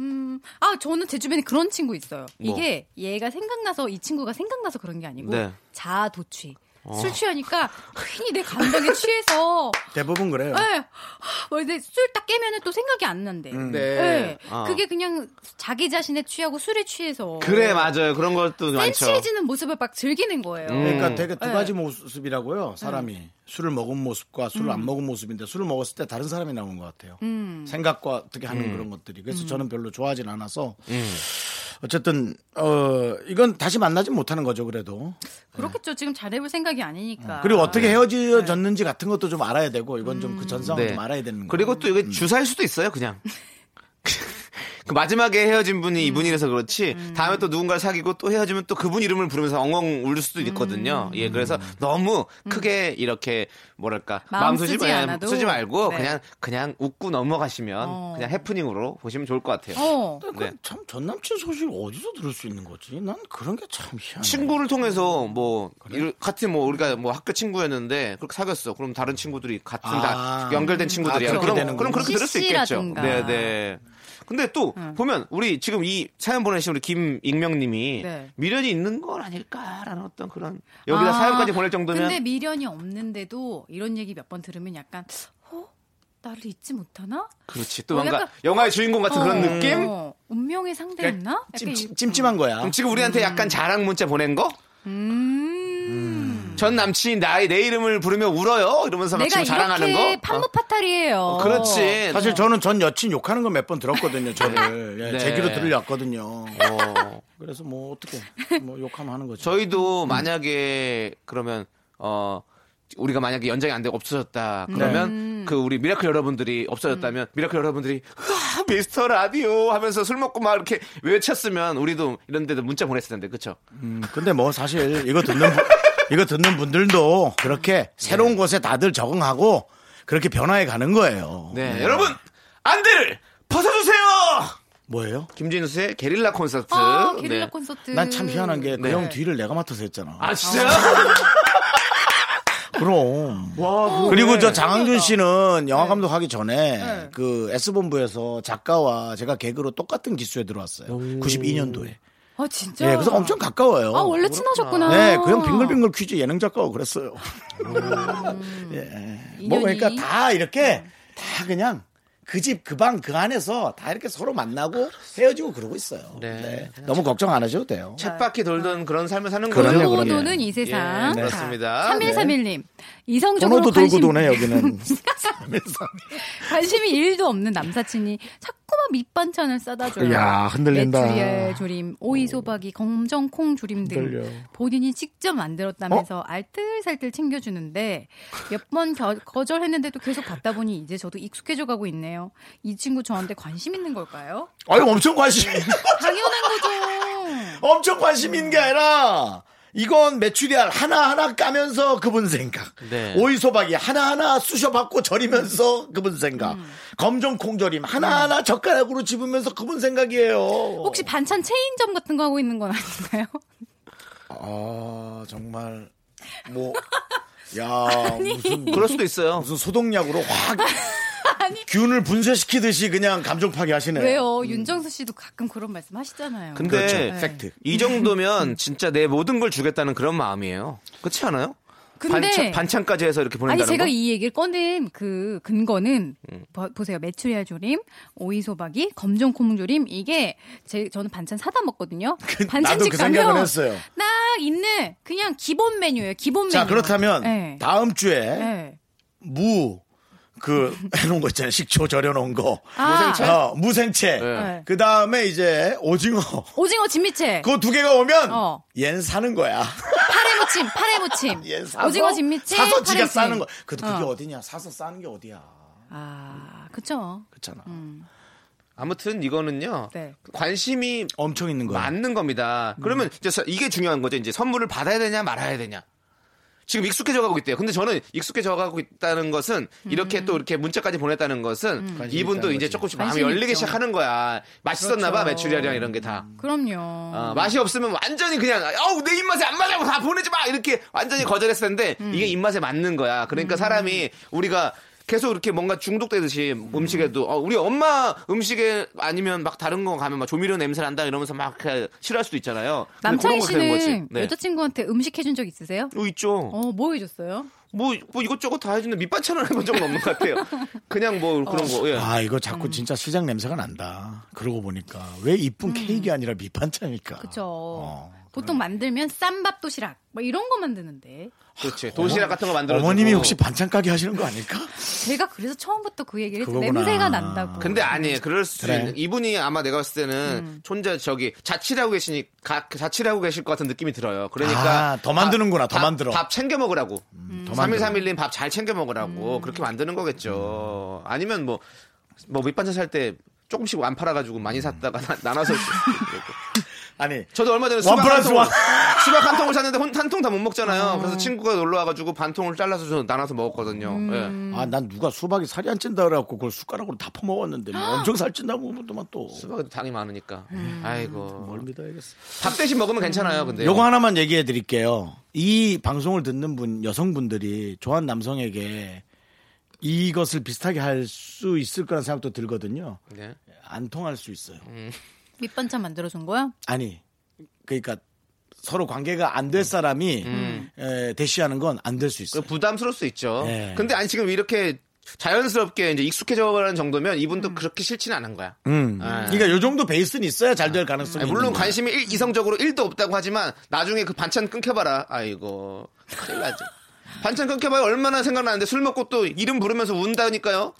음, 아 저는 제 주변에 그런 친구 있어요.
뭐?
이게 얘가 생각나서 이 친구가 생각나서 그런 게 아니고
네.
자아도취.
어.
술 취하니까 괜히 내 감정에 취해서
대부분 그래요.
네. 근데 술 딱 깨면은 또 생각이 안 난대.
음. 네.
네.
아.
그게 그냥 자기 자신에 취하고 술에 취해서
그래, 맞아요. 그런 것도 많죠. 음.
센치해지는 모습을 막 즐기는 거예요. 음.
그러니까 되게 두
네.
가지 모습이라고요. 사람이 술을 먹은 모습과 술을 안 먹은 모습인데 술을 먹었을 때 다른 사람이 나온 것 같아요.
음.
생각과 어떻게 하는
음.
그런 것들이. 그래서 저는 별로 좋아하진 않아서
음.
어쨌든 어 이건 다시 만나진 못하는 거죠. 그래도
그렇겠죠. 지금 잘해볼 생각이
음.
아니니까. 예. 음.
그리고 어떻게 헤어졌는지 같은 것도 좀 알아야 되고 이건 좀 그 전상을
네.
좀 알아야 되는 거예요.
그리고 또 이게 주사일 수도 있어요, 그냥. 그 마지막에 헤어진 분이
음.
이분이라서 그렇지 다음에 또 누군가를 사귀고 또 헤어지면 또 그분 이름을 부르면서 엉엉 울 수도 있거든요.
음.
예, 그래서 너무 크게 이렇게 뭐랄까
마음 쓰지
마-
않아도.
쓰지 말고
네.
그냥 그냥 웃고 넘어가시면 그냥 해프닝으로 보시면 좋을 것 같아요.
어.
네.
참전 남친 소식 어디서 들을 수 있는 거지? 난 그런 게 참 희한해.
친구를 통해서 뭐 이를- 같은 뭐 우리가 뭐 학교 친구였는데 그렇게 사귀었어. 그럼 다른 친구들이 같은
아.
다 연결된 친구들이야.
아, 그렇게
그럼
되는구나.
그럼 그렇게 들을 수 있겠죠.
CC라든가.
네, 네. 근데 또 보면 우리 지금 이 사연 보내신 우리 김익명님이
네.
미련이 있는 건 아닐까라는 어떤 그런 여기다
아,
사연까지 보낼 정도면
근데 미련이 없는데도 이런 얘기 몇 번 들으면 약간 어? 나를 잊지 못하나?
그렇지 또
어,
뭔가
약간-
영화의 주인공 같은 그런
어,
느낌. 그러니까
어, 운명의 상대였나? 약간 음. 이-
찜찜한 거야.
그럼 지금 우리한테 약간 자랑 문자 보낸 거? 전 남친이 나의 내 이름을 부르며 울어요 이러면서 막
음.
지금
내가
자랑하는
이렇게
거? 어?
판무파탈이에요.
그렇지.
사실 저는 전 여친 욕하는 거 몇 번 들었거든요. 저를 예,
네.
제기로 들려왔거든요.
어.
그래서 뭐 어떻게 뭐 욕하면 하는 거죠.
저희도 만약에 그러면 어 우리가 만약에 연장이 안 되고 없어졌다
네. 음.
그러면 그 우리 미라클 여러분들이 없어졌다면 미라클 여러분들이 아 미스터 라디오 하면서 술 먹고 막 이렇게 외쳤으면 우리도 이런 데도 문자 보냈을 텐데 그쵸
음, 근데 뭐 사실 이거 듣는 분- 이거 듣는 분들도 그렇게
네.
새로운 곳에 다들 적응하고 그렇게 변화해 가는 거예요. 음,
네, 여러분 안대를 벗어주세요
뭐예요?
김진수의 게릴라 콘서트
아, 게릴라
네.
콘서트.
난 참 희한한 게 그
네.
형 뒤를 내가 맡아서 했잖아.
아 진짜요?
그럼. 뭐
와,
그리고
뭐 그거네.
저
그러니까.
장항준 씨는
네.
영화 감독 하기 전에 그 S본부에서 작가와 제가 개그로 똑같은 기수에 들어왔어요. 92년도에.
아, 진짜.
예, 그래서 엄청 가까워요.
아, 원래 친하셨구나.
네, 그 형 빙글빙글 퀴즈 예능 작가고 그랬어요. 예. 뭐
음. 인연이.
그러니까 다 이렇게 다 그냥 그 집, 그 방, 그 안에서 다 이렇게 서로 만나고 헤어지고 그러고 있어요.
네.
네. 너무 걱정 안 하셔도 돼요.
챗바퀴
네.
돌던 그런 삶을 사는
그럼요,
거죠
돌고
그럼요.
도는 이 세상.
예, 그렇습니다. 네.
3131님. 이성적으로
번호도
관심,
돌고 도네 여기는.
관심이 1도 없는 남사친이 자꾸만 밑반찬을 싸다 줘요.
이야, 흔들린다.
메추리알 조림, 오이소박이, 검정콩 조림 등
흔들려. 어?
본인이 직접 만들었다면서 알뜰살뜰 챙겨주는데 몇 번 거절했는데도 계속 받다 보니 이제 저도 익숙해져 가고 있네요. 이 친구 저한테 관심 있는 걸까요?
아유 엄청 관심.
당연한 거죠.
엄청 관심인 게 아니라 이건 메추리알 하나하나 까면서 그분 생각.
네.
오이소박이 하나하나 쑤셔받고 절이면서 그분 생각.
음.
검정콩절임 하나하나 젓가락으로 집으면서 그분 생각이에요.
혹시 반찬 체인점 같은 거 하고 있는 건 아닌가요?
아 정말 뭐. 야 무슨
그럴 수도 있어요
무슨 소독약으로 확 균을 분쇄시키듯이 그냥 감정 파괴하시네요. 음.
왜요? 윤정수 씨도 가끔 그런 말씀 하시잖아요.
근데
그렇죠. 팩트.
네. 이 정도면 진짜 내 모든 걸 주겠다는 그런 마음이에요. 그렇지 않아요?
근데-
반찬, 까지 해서 이렇게 보낸다는
아니 제가
거?
이 얘기를 꺼낸 그 근거는
음.
보- 보세요 메추리알 조림, 오이소박이, 검정콩 조림 이게 제 저는 반찬 사다 먹거든요.
나도
반찬집
그
가면
생각을 했어요.
딱 있는 그냥 기본 메뉴예요. 기본
자
메뉴.
그렇다면
네.
다음 주에
네.
무. 그 해놓은 거 있잖아요. 식초 절여놓은 거.
아,
어, 무생채.
네.
그 다음에 이제 오징어.
오징어 진미채,
그 두 개가 오면
어.
얜 사는 거야.
파래 무침, 파래 무침,
얜 예, 사서
오징어 진미채,
사서
파래
지가
무침.
싸는 거. 그래도 그게
어.
어. 디냐 사서 싸는 게 어디야.
아, 그쵸.
그렇잖아.
음.
아무튼 이거는요.
네.
관심이
엄청 있는 거야.
맞는 겁니다. 그러면 이제 서- 이게 중요한 거죠. 이제 선물을 받아야 되냐 말아야 되냐. 지금 익숙해져 가고 있대요. 근데 저는 익숙해져 가고 있다는 것은 이렇게 또 이렇게 문자까지 보냈다는 것은
관심이
이분도
있다는
이제
거지.
조금씩 마음이
음. 관심이
열리기
있죠. 그렇죠.
시작하는 거야. 맛있었나 봐. 메추리알이랑 이런 게 다.
그럼요.
아,
어, 맛이 없으면 완전히 그냥 어우 내 입맛에 안 맞아 다 보내지 마 이렇게 완전히 거절했을 텐데
음.
이게 입맛에 맞는 거야 그러니까 사람이 우리가 계속 이렇게 뭔가 중독되듯이 음식에도 어, 우리 엄마 음식에 아니면 막 다른 거 가면 막 조미료 냄새 난다 이러면서 막 그냥 싫어할 수도 있잖아요 근데
남창희
그런 거 되는 거지.
씨는
네.
여자친구한테 음식 해준 적 있으세요?
어, 있죠
어, 뭐 해줬어요?
뭐, 뭐 이것저것 다 해주는데 밑반찬을 해본 적은 없는 것 같아요 그냥 뭐 그런 거 예.
아, 이거 자꾸 진짜 시장 냄새가 난다. 그러고 보니까. 왜 이쁜 케이크 아니라 밑반찬일까.
그쵸.
어.
보통 만들면 쌈밥 도시락 뭐 이런 거 만드는데
그렇지 도시락 같은 거 만들어
어머님이 혹시 반찬 가게 하시는 거 아닐까?
제가 그래서 처음부터 그 얘기를 했어요.
그거구나.
냄새가 난다고.
근데 아니에요. 그럴 수
그래.
있는 이분이 아마 내가 봤을 때는 혼자 저기 자취를 하고 계시니 가, 자취를 하고 계실 것 같은 느낌이 들어요. 그러니까
아, 더 만드는구나. 더
밥-
만들어. 음,
밥 챙겨 먹으라고.
더 만들어.
3131님 밥
음.
잘 챙겨 먹으라고 그렇게 만드는 거겠죠. 아니면 뭐 뭐 밑반찬 살 때 조금씩 안 팔아가지고
음.
많이 샀다가 나- 나눠서
아니
저도 얼마 전에
원
수박 한
플러스
통을,
원.
수박 한 통을 샀는데 한 통 다 못 먹잖아요. 그래서 친구가 놀러 와가지고 반 통을 잘라서 저 나눠서 먹었거든요. 예.
아, 난 누가 수박이 살이 안 찐다 그래갖고 그걸 숟가락으로 다 퍼먹었는데 뭐 엄청 살찐다고 그러더만 또.
수박은 당이 많으니까. 아이고.
뭘 믿어야겠어.
밥 대신 먹으면 괜찮아요. 근데
요거 하나만 얘기해 드릴게요. 이 방송을 듣는 분 여성분들이 좋아하는 남성에게 이것을 비슷하게 할 수 있을 거란 생각도 들거든요.
네.
안 통할 수 있어요.
밑반찬 만들어준 거야?
아니 그러니까 서로 관계가 안 될 사람이 에, 대시하는 건 안 될
음. 그
수 있어요.
부담스러울 수 있죠.
예.
근데 아니 지금 이렇게 자연스럽게 이제 익숙해져가는 정도면 이분도 그렇게 싫지는 않은 거야.
음.
아.
그러니까 요 정도 베이스는 있어야 잘 될 가능성이
아니, 물론
있는 거예요.
관심이 일- 이성적으로 1도 없다고 하지만 나중에 그 반찬 끊겨봐라. 아이고 큰일 나죠. 반찬 끊겨봐야 얼마나 생각나는데 술 먹고 또 이름 부르면서 운다니까요.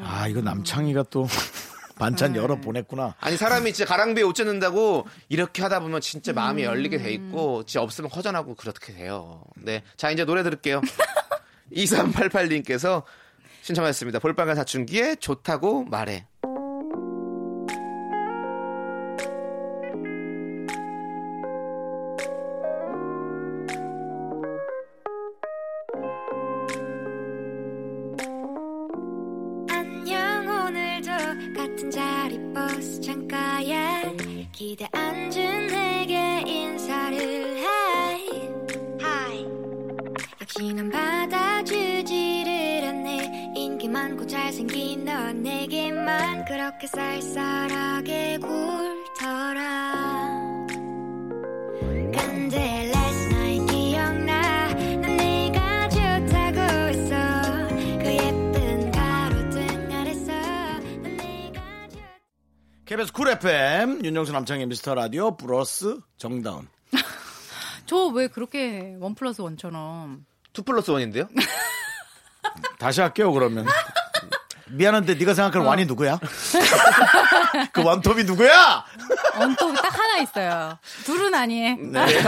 아 이거 남창희가 또 네. 반찬 열어 보냈구나.
아니 사람이 진짜 가랑비에 옷 젖는다고 이렇게 하다 보면 진짜 마음이 열리게 돼 있고 진짜 없으면 허전하고 그렇게 돼요. 네. 자 이제 노래 들을게요. 2388님께서 신청하셨습니다. 볼빨간 사춘기에 좋다고 말해.
안녕 오늘도 같은 자리 버스 창가에 기대 앉은 내게 인사를 해 하이 역시 난 받아주지를 않네 인기 많고 잘생긴 넌 내게만 그렇게 쌀쌀하게 굴더라 근데 last night 기억나 난 네가 좋다고 했어 그 예쁜 가로등 아래서 난 네가 좋
KBS 쿨 FM 윤정수 남창희 미스터 라디오 브러스 정다운.
저 왜 그렇게 원 플러스 원처럼
2 플러스 1인데요?
다시 할게요 그러면. 미안한데 네가
어.
생각하는 완이 누구야? 그 완톱이 누구야?
원톱이 어, 딱 하나 있어요. 둘은 아니에.
네.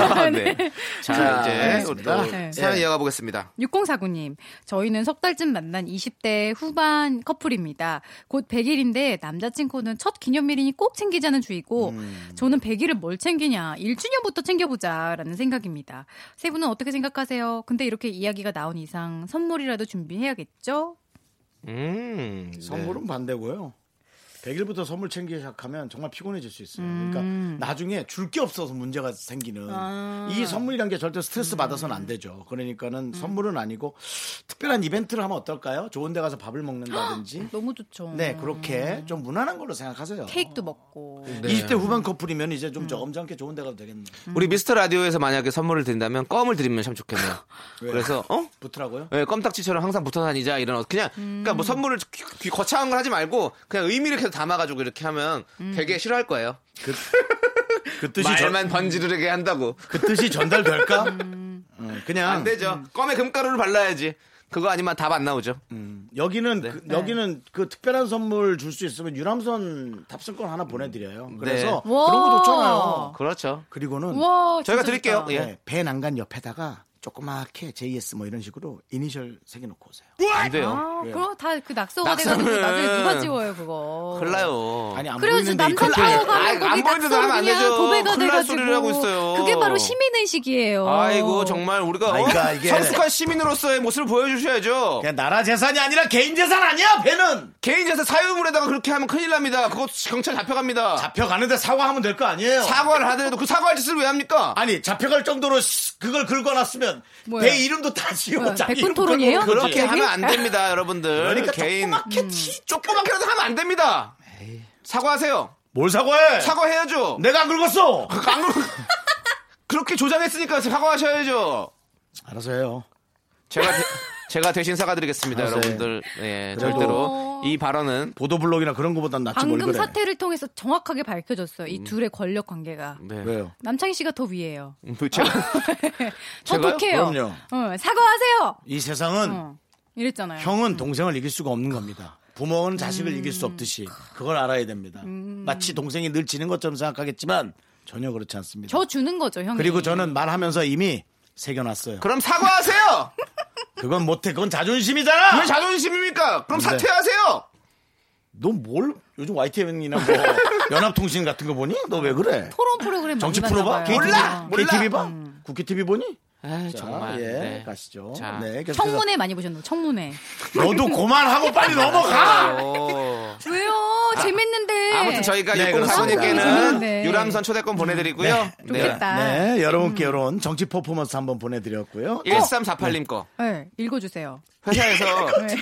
자, 이제 우리 또
네.
사연 이어가 보겠습니다.
6049님, 저희는 석 달쯤 만난 20대 후반 커플입니다. 곧 100일인데 남자친구는 첫 기념일이니 꼭 챙기자는 주의고,
음.
저는 100일을 뭘 챙기냐, 1주년부터 챙겨보자라는 생각입니다. 세 분은 어떻게 생각하세요? 근데 이렇게 이야기가 나온 이상 선물이라도 준비해야겠죠?
음. 네.
선물은 반대고요. 100일부터 선물 챙기기 시작하면 정말 피곤해질 수 있어요.
음.
그러니까 나중에 줄 게 없어서 문제가 생기는
아.
이 선물이란 게 절대 스트레스
음.
받아서는 안 되죠. 그러니까는 선물은 아니고 특별한 이벤트를 하면 어떨까요? 좋은 데 가서 밥을 먹는다든지.
너무 좋죠.
네, 그렇게 좀 무난한 걸로 생각하세요.
음. 케이크도 음. 먹고.
네.
20대 후반 커플이면 이제 좀 점잖게 좋은 데 가도 되겠네.
우리 미스터 라디오에서 만약에 선물을 드린다면 껌을 드리면 참 좋겠네요.
왜요?
그래서 어?
붙으라고요?
예, 껌딱지처럼 항상 붙어 다니자 이런 어- 그냥 그러니까
음.
뭐 선물을 귀- 귀- 거창한 걸 하지 말고 그냥 의미를 계속 담아가지고 이렇게 하면
음.
되게 싫어할 거예요.
그 뜻이 전-
말만 번지르르게 한다고
그 뜻이 전달될까?
음.
어, 그냥
안 되죠. 껌에 금가루를 발라야지. 그거 아니면 답 안 나오죠. 음,
여기는 그,
네.
여기는 그 특별한 선물 줄 수 있으면 유람선 탑승권 하나 보내드려요. 그래서
와.
그런 거 좋잖아요.
그렇죠.
그리고는
와,
저희가
진짜
드릴게요.
좋다.
예.
네, 배 난간 옆에다가 조그맣게 JS 뭐 이런 식으로 이니셜 새겨놓고 오세요.
안 돼요.
아,
왜요?
그럼 다 그 낙서가
예. 낙서는-
돼가지고 나중에 누가 지워요, 그거.
큰일 나요.
아니 안
그래요.
보이는데
남산
이렇게
타워
아이,
가면
안
거기
보이는데
낙서로
하면 안
그냥
되죠.
도배가
큰일 날
돼가지고
소리를 하고 있어요.
그게 바로 시민의식이에요.
아이고 정말 우리가
아니, 그러니까
어?
이게-
성숙한 시민으로서의 모습을 보여주셔야죠.
그냥 나라 재산이 아니라 개인 재산 아니야 배는
개인 재산 사유물에다가 그렇게 하면 큰일 납니다. 그거 경찰 잡혀갑니다.
잡혀가는데 사과하면 될 거 아니에요.
사과를 하더라도 그 사과할 짓을 왜 합니까?
아니 잡혀갈 정도로 씨, 그걸 긁어놨으면
뭐야?
내 이름도 다 지워.
뭐야,
자기
백분
이름
토론이에요?
긁어놓은 거지.
그렇게 하면 안 됩니다, 여러분들.
그러니까
개인
조그맣게
음.
티-
조그맣게라도 하면 안 됩니다. 사과하세요.
뭘 사과해?
사과해야죠.
내가 안 긁었어.
안 그러- 그렇게 조장했으니까 사과하셔야죠.
알아서 해요.
제가 대- 제가 대신 사과드리겠습니다,
알았어요.
여러분들. 예,
그래도-
절대로 이 발언은
보도블록이나 그런 거보단 낫지 뭘
방금
그래.
사태를 통해서 정확하게 밝혀졌어요. 이 둘의 권력 관계가.
음. 네.
왜요?
남창희 씨가 더 위에요.
음, 제가
더
제가요?
독해요.
그럼요.
어, 사과하세요.
이 세상은
어, 이랬잖아요.
형은 동생을 이길 수가 없는 겁니다.
음.
부모는 자식을 이길 수 없듯이 그걸 알아야 됩니다. 마치 동생이 늘 지는 것처럼 생각하겠지만 전혀 그렇지 않습니다.
저 주는 거죠, 형이.
그리고 저는 말하면서 이미 새겨놨어요.
그럼 사과하세요.
그건 못해. 그건 자존심이잖아.
왜 자존심입니까? 그럼
네.
사퇴하세요.
넌 뭘 요즘 YTN이나 뭐 연합통신 같은 거 보니? 너 왜 그래?
토론 프로그램
정치
음. 많이
프로봐?
봤나 봐요. 음.
몰라, KTV 봐? 국회 TV 보니? 자,
정말.
예,
네.
가시죠.
자.
네, 계속해서.
청문회 많이 보셨나? 청문회.
너도 그만하고 빨리 넘어가.
오.
왜요? 재밌는데.
아! 아무튼 저희가
네,
그렇습니다.
6040님께는
재밌는데.
유람선 초대권 보내드리고요. 네.
좋겠다. 음. 예,
네, 여러분께 이런 정치 퍼포먼스 한번 보내드렸고요.
1348님 거.
네, 읽어주세요.
회사에서
그렇죠.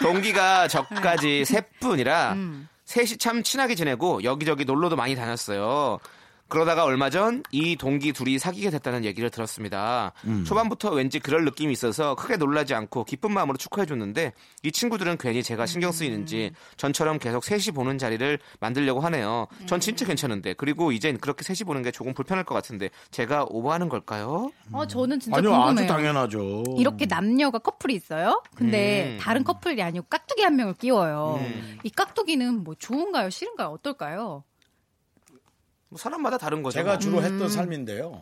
동기가 저까지 세 분이라 셋이 참 친하게 지내고 여기저기 놀러도 많이 다녔어요. 그러다가 얼마 전 이 동기 둘이 사귀게 됐다는 얘기를 들었습니다.
음.
초반부터 왠지 그럴 느낌이 있어서 크게 놀라지 않고 기쁜 마음으로 축하해줬는데 이 친구들은 괜히 제가 신경 쓰이는지 전처럼 계속 셋이 보는 자리를 만들려고 하네요. 전 진짜 괜찮은데 그리고 이젠 그렇게 셋이 보는 게 조금 불편할 것 같은데 제가 오버하는 걸까요?
어, 저는 진짜
아니요,
궁금해요.
아주 당연하죠.
이렇게 남녀가 커플이 있어요. 근데
네.
음.
다른 커플이 아니고 깍두기 한 명을 끼워요.
음.
이 깍두기는 뭐 좋은가요, 싫은가요, 어떨까요?
뭐 사람마다 다른 거죠.
제가
음.
주로 했던 삶인데요.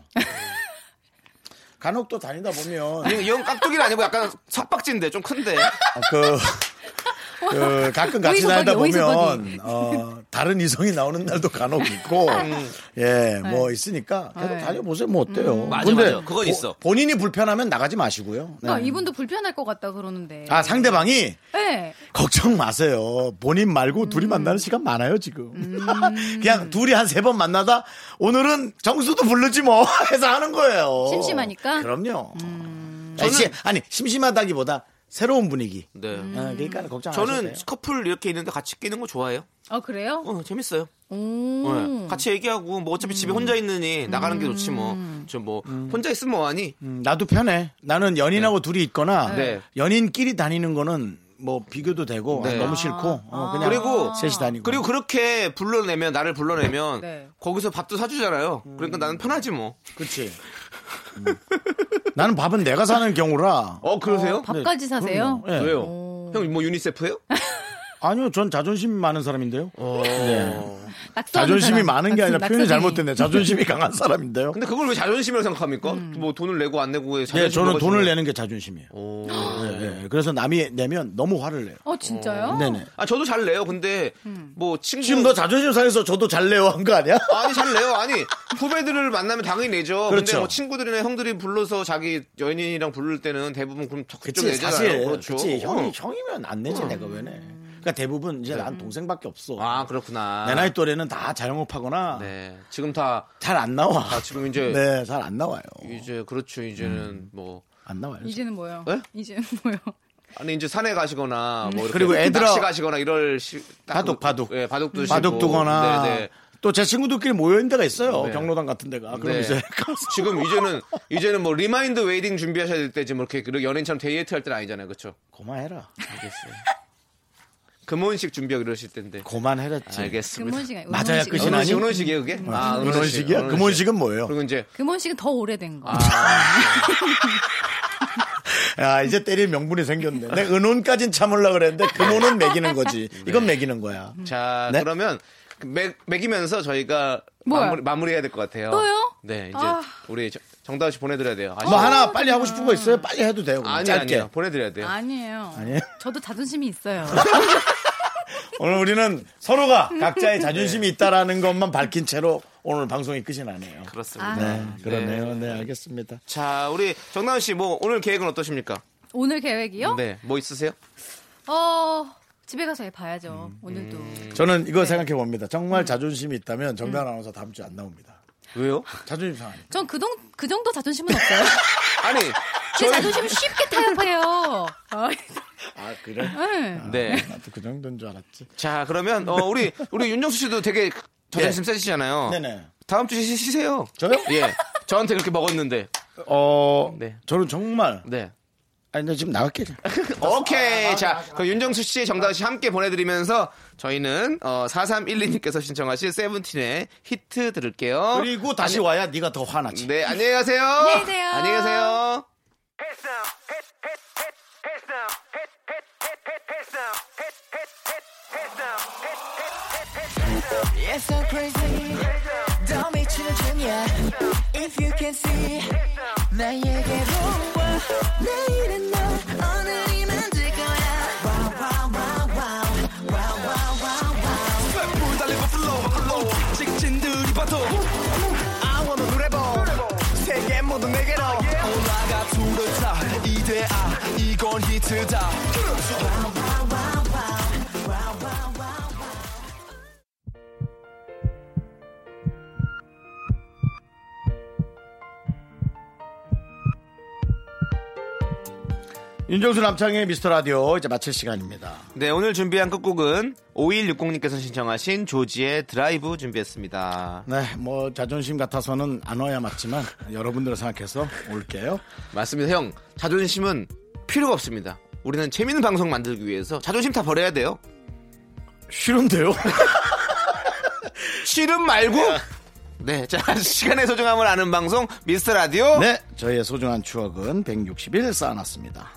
간혹 또 다니다 보면
예.
이 형 깍두기는 아니고 약간 석박지인데 좀 큰데.
그, 그 가끔 같이
어디서
다니다
거기, 어디서
보면 어, 다른 이성이 나오는 날도 간혹 있고 예 뭐 있으니까 계속
음. 네. 음.
다녀보세요 뭐 어때요?
맞아, 맞아. 그건 있어.
본인이 불편하면 나가지 마시고요. 네.
그러니까 이분도 불편할 것 같다 그러는데.
아 상대방이
네.
걱정 마세요. 본인 말고
음.
둘이 만나는 시간 많아요 지금. 그냥 둘이 한 세 번 만나다 오늘은 정수도 부르지 뭐 해서 하는 거예요.
심심하니까? 음.
그럼요. 아니, 시- 아니 심심하다기보다 새로운 분위기.
네.
아, 그러니까 걱정 안 하셔도
저는
돼요.
커플 이렇게 있는데 같이 끼는 거 좋아해요.
어 그래요?
어, 재밌어요.
오.
네. 같이 얘기하고 뭐 어차피 집에 혼자 있느니 나가는 게 좋지 뭐. 좀 뭐 혼자 있으면 뭐하니?
음, 나도 편해. 나는 연인하고 둘이 있거나
네.
연인끼리 다니는 거는 뭐 비교도 되고
네.
아, 너무 싫고 어, 그냥
그리고-
셋이 다니고
그리고 그렇게 불러내면 나를 불러내면
네.
거기서 밥도 사주잖아요. 그러니까 나는 편하지 뭐.
그렇지. 음. 나는 밥은 내가 사는 경우라.
어 그러세요?
밥까지 사세요?
네.
왜요? 형 뭐 유니세프예요?
아니요, 전 자존심이 많은 사람인데요. 네.
어.
낙서하는
자존심이
사람.
많은 게 아니라
낙서-
표현이
낙서쟁이.
잘못됐네. 자존심이 강한 사람인데요.
근데 그걸 왜 자존심이라고 생각합니까? 뭐 돈을 내고 안 내고 왜
예,
자존심
저는
먹어주는
돈을
거예요?
내는 게 자존심이에요.
오.
예, 예. 그래서 남이 내면 너무 화를 내요.
어 진짜요?
네네.
아 저도 잘 내요. 근데 뭐 친구
지금 너 자존심 상해서 저도 잘 내요 한 거 아니야?
아니 잘 내요. 아니 후배들을 만나면 당연히 내죠. 근데
그렇죠.
뭐 친구들이나 형들이 불러서 자기 연인이랑 부를 때는 대부분 그럼 적극
그치
내잖아요.
사실
그렇죠.
그치 형이
어. 네.
형이면 안 내지 내가 왜 내? 그러니까 대부분 이제 난 동생밖에 없어.
아 그렇구나.
내 나이 또래는 다 자영업하거나
네 지금 다,
잘 안 나와.
다 지금 이제
네, 잘 안 나와요.
이제 그렇죠. 이제는
음.
뭐
안 나와요.
이제는 뭐요?
네?
이제는 뭐요?
아니 이제 산에 가시거나 뭐 이렇게
음. 그리고 애들아-
낚시 가시거나 이럴 시, 딱
바둑,
그-
바둑. 음.
예 바둑 두시고
바둑 두거나
네네.
또 제 친구들끼리 모여 있는 데가 있어요.
네.
경로당 같은 데가. 그럼
네.
이제 가서
지금 이제는 이제는 뭐 리마인드 웨딩 준비하셔야 될 때지 뭐 이렇게 연인처럼 데이트 할 때는 아니잖아요, 그렇죠?
고만해라.
알겠어요. 금혼식 준비하고 이러실 텐데.
고만해라지.
알겠습니다.
금혼식 아니
맞아야
음혼식.
끝이
은혼식,
아니?
은혼식이에요, 어, 그게? 아,
은혼식이야? 금혼식은 뭐예요?
그리고 이제,
금혼식은 더 오래된
아,
거.
야, 아, 이제 때릴 명분이 생겼네. 내가 은혼까진 참으려 그랬는데 금혼은 매기는 거지.
네.
이건 매기는 거야.
자,
네?
그러면, 매, 매기면서 저희가
뭐야?
마무리, 마무리해야 될 것 같아요.
또요?
네, 이제,
아.
우리 저- 정다은 씨 보내드려야 돼요. 아시죠?
뭐 하나 빨리 하고 싶은 거 있어요? 빨리 해도 돼요. 그럼.
아니,
짧게.
아니요. 보내드려야 돼요.
아니에요.
아니에요? 네.
저도 자존심이 있어요.
오늘 우리는 서로가
네.
각자의 자존심이 있다라는 것만 밝힌 채로 오늘 방송이 끝이 나네요.
그렇습니다.
아,
네, 그러네요. 네, 알겠습니다.
자, 우리 정다은 씨, 뭐, 오늘 계획은 어떠십니까?
오늘 계획이요?
네, 뭐 있으세요?
어 집에 가서 봐야죠.
음,
오늘도.
저는 이거 생각해 봅니다. 정말 자존심이 있다면 정단 아나운서 네. 음. 다음 주에 안 나옵니다.
왜요?
자존심 상하니까.
전 그, 동, 그 정도 자존심은 없어요.
아니,
제 자존심 쉽게 타협해요. 아,
아, 그래?
네.
네.
나도 그 정도인 줄 알았지.
자, 그러면, 어, 우리, 우리 윤정수 씨도 되게 자존심
예.
세시잖아요.
네네.
다음 주에 쉬- 쉬세요.
저요?
예. 저한테 그렇게 먹었는데.
어,
네.
저는 정말.
네.
아니, 나 지금 나갈게.
오케이. 자, 그럼 윤정수 씨의 정다은 씨 함께 보내드리면서 저희는 어, 4312님께서 신청하신 세븐틴의 히트 들을게요.
그리고 다시 와야 어. 아, 네가 더 화나지.
네, 안녕히 가세요. 안녕히
계세요.
안녕히 계세요.
It's so crazy 더 미치는 중이야 If you can see 나에게로 와 내일은 너 오늘이면 될 거야 와우 와우 와우 와우 와우 와우
온 히트다
윤정수 남창의 미스터 라디오 이제 마칠 시간입니다.
네, 오늘 준비한 끝곡은 5160님께서 신청하신 조지의 드라이브 준비했습니다.
네, 뭐 자존심 같아서는 안 와야 맞지만 여러분들을 생각해서 올게요.
맞습니다, 형. 자존심은 필요가 없습니다. 우리는 재밌는 방송 만들기 위해서 자존심 다 버려야 돼요.
싫은데요?
싫음 말고? 네, 자, 시간의 소중함을 아는 방송, 미스터 라디오.
네, 저희의 소중한 추억은 161 쌓아놨습니다.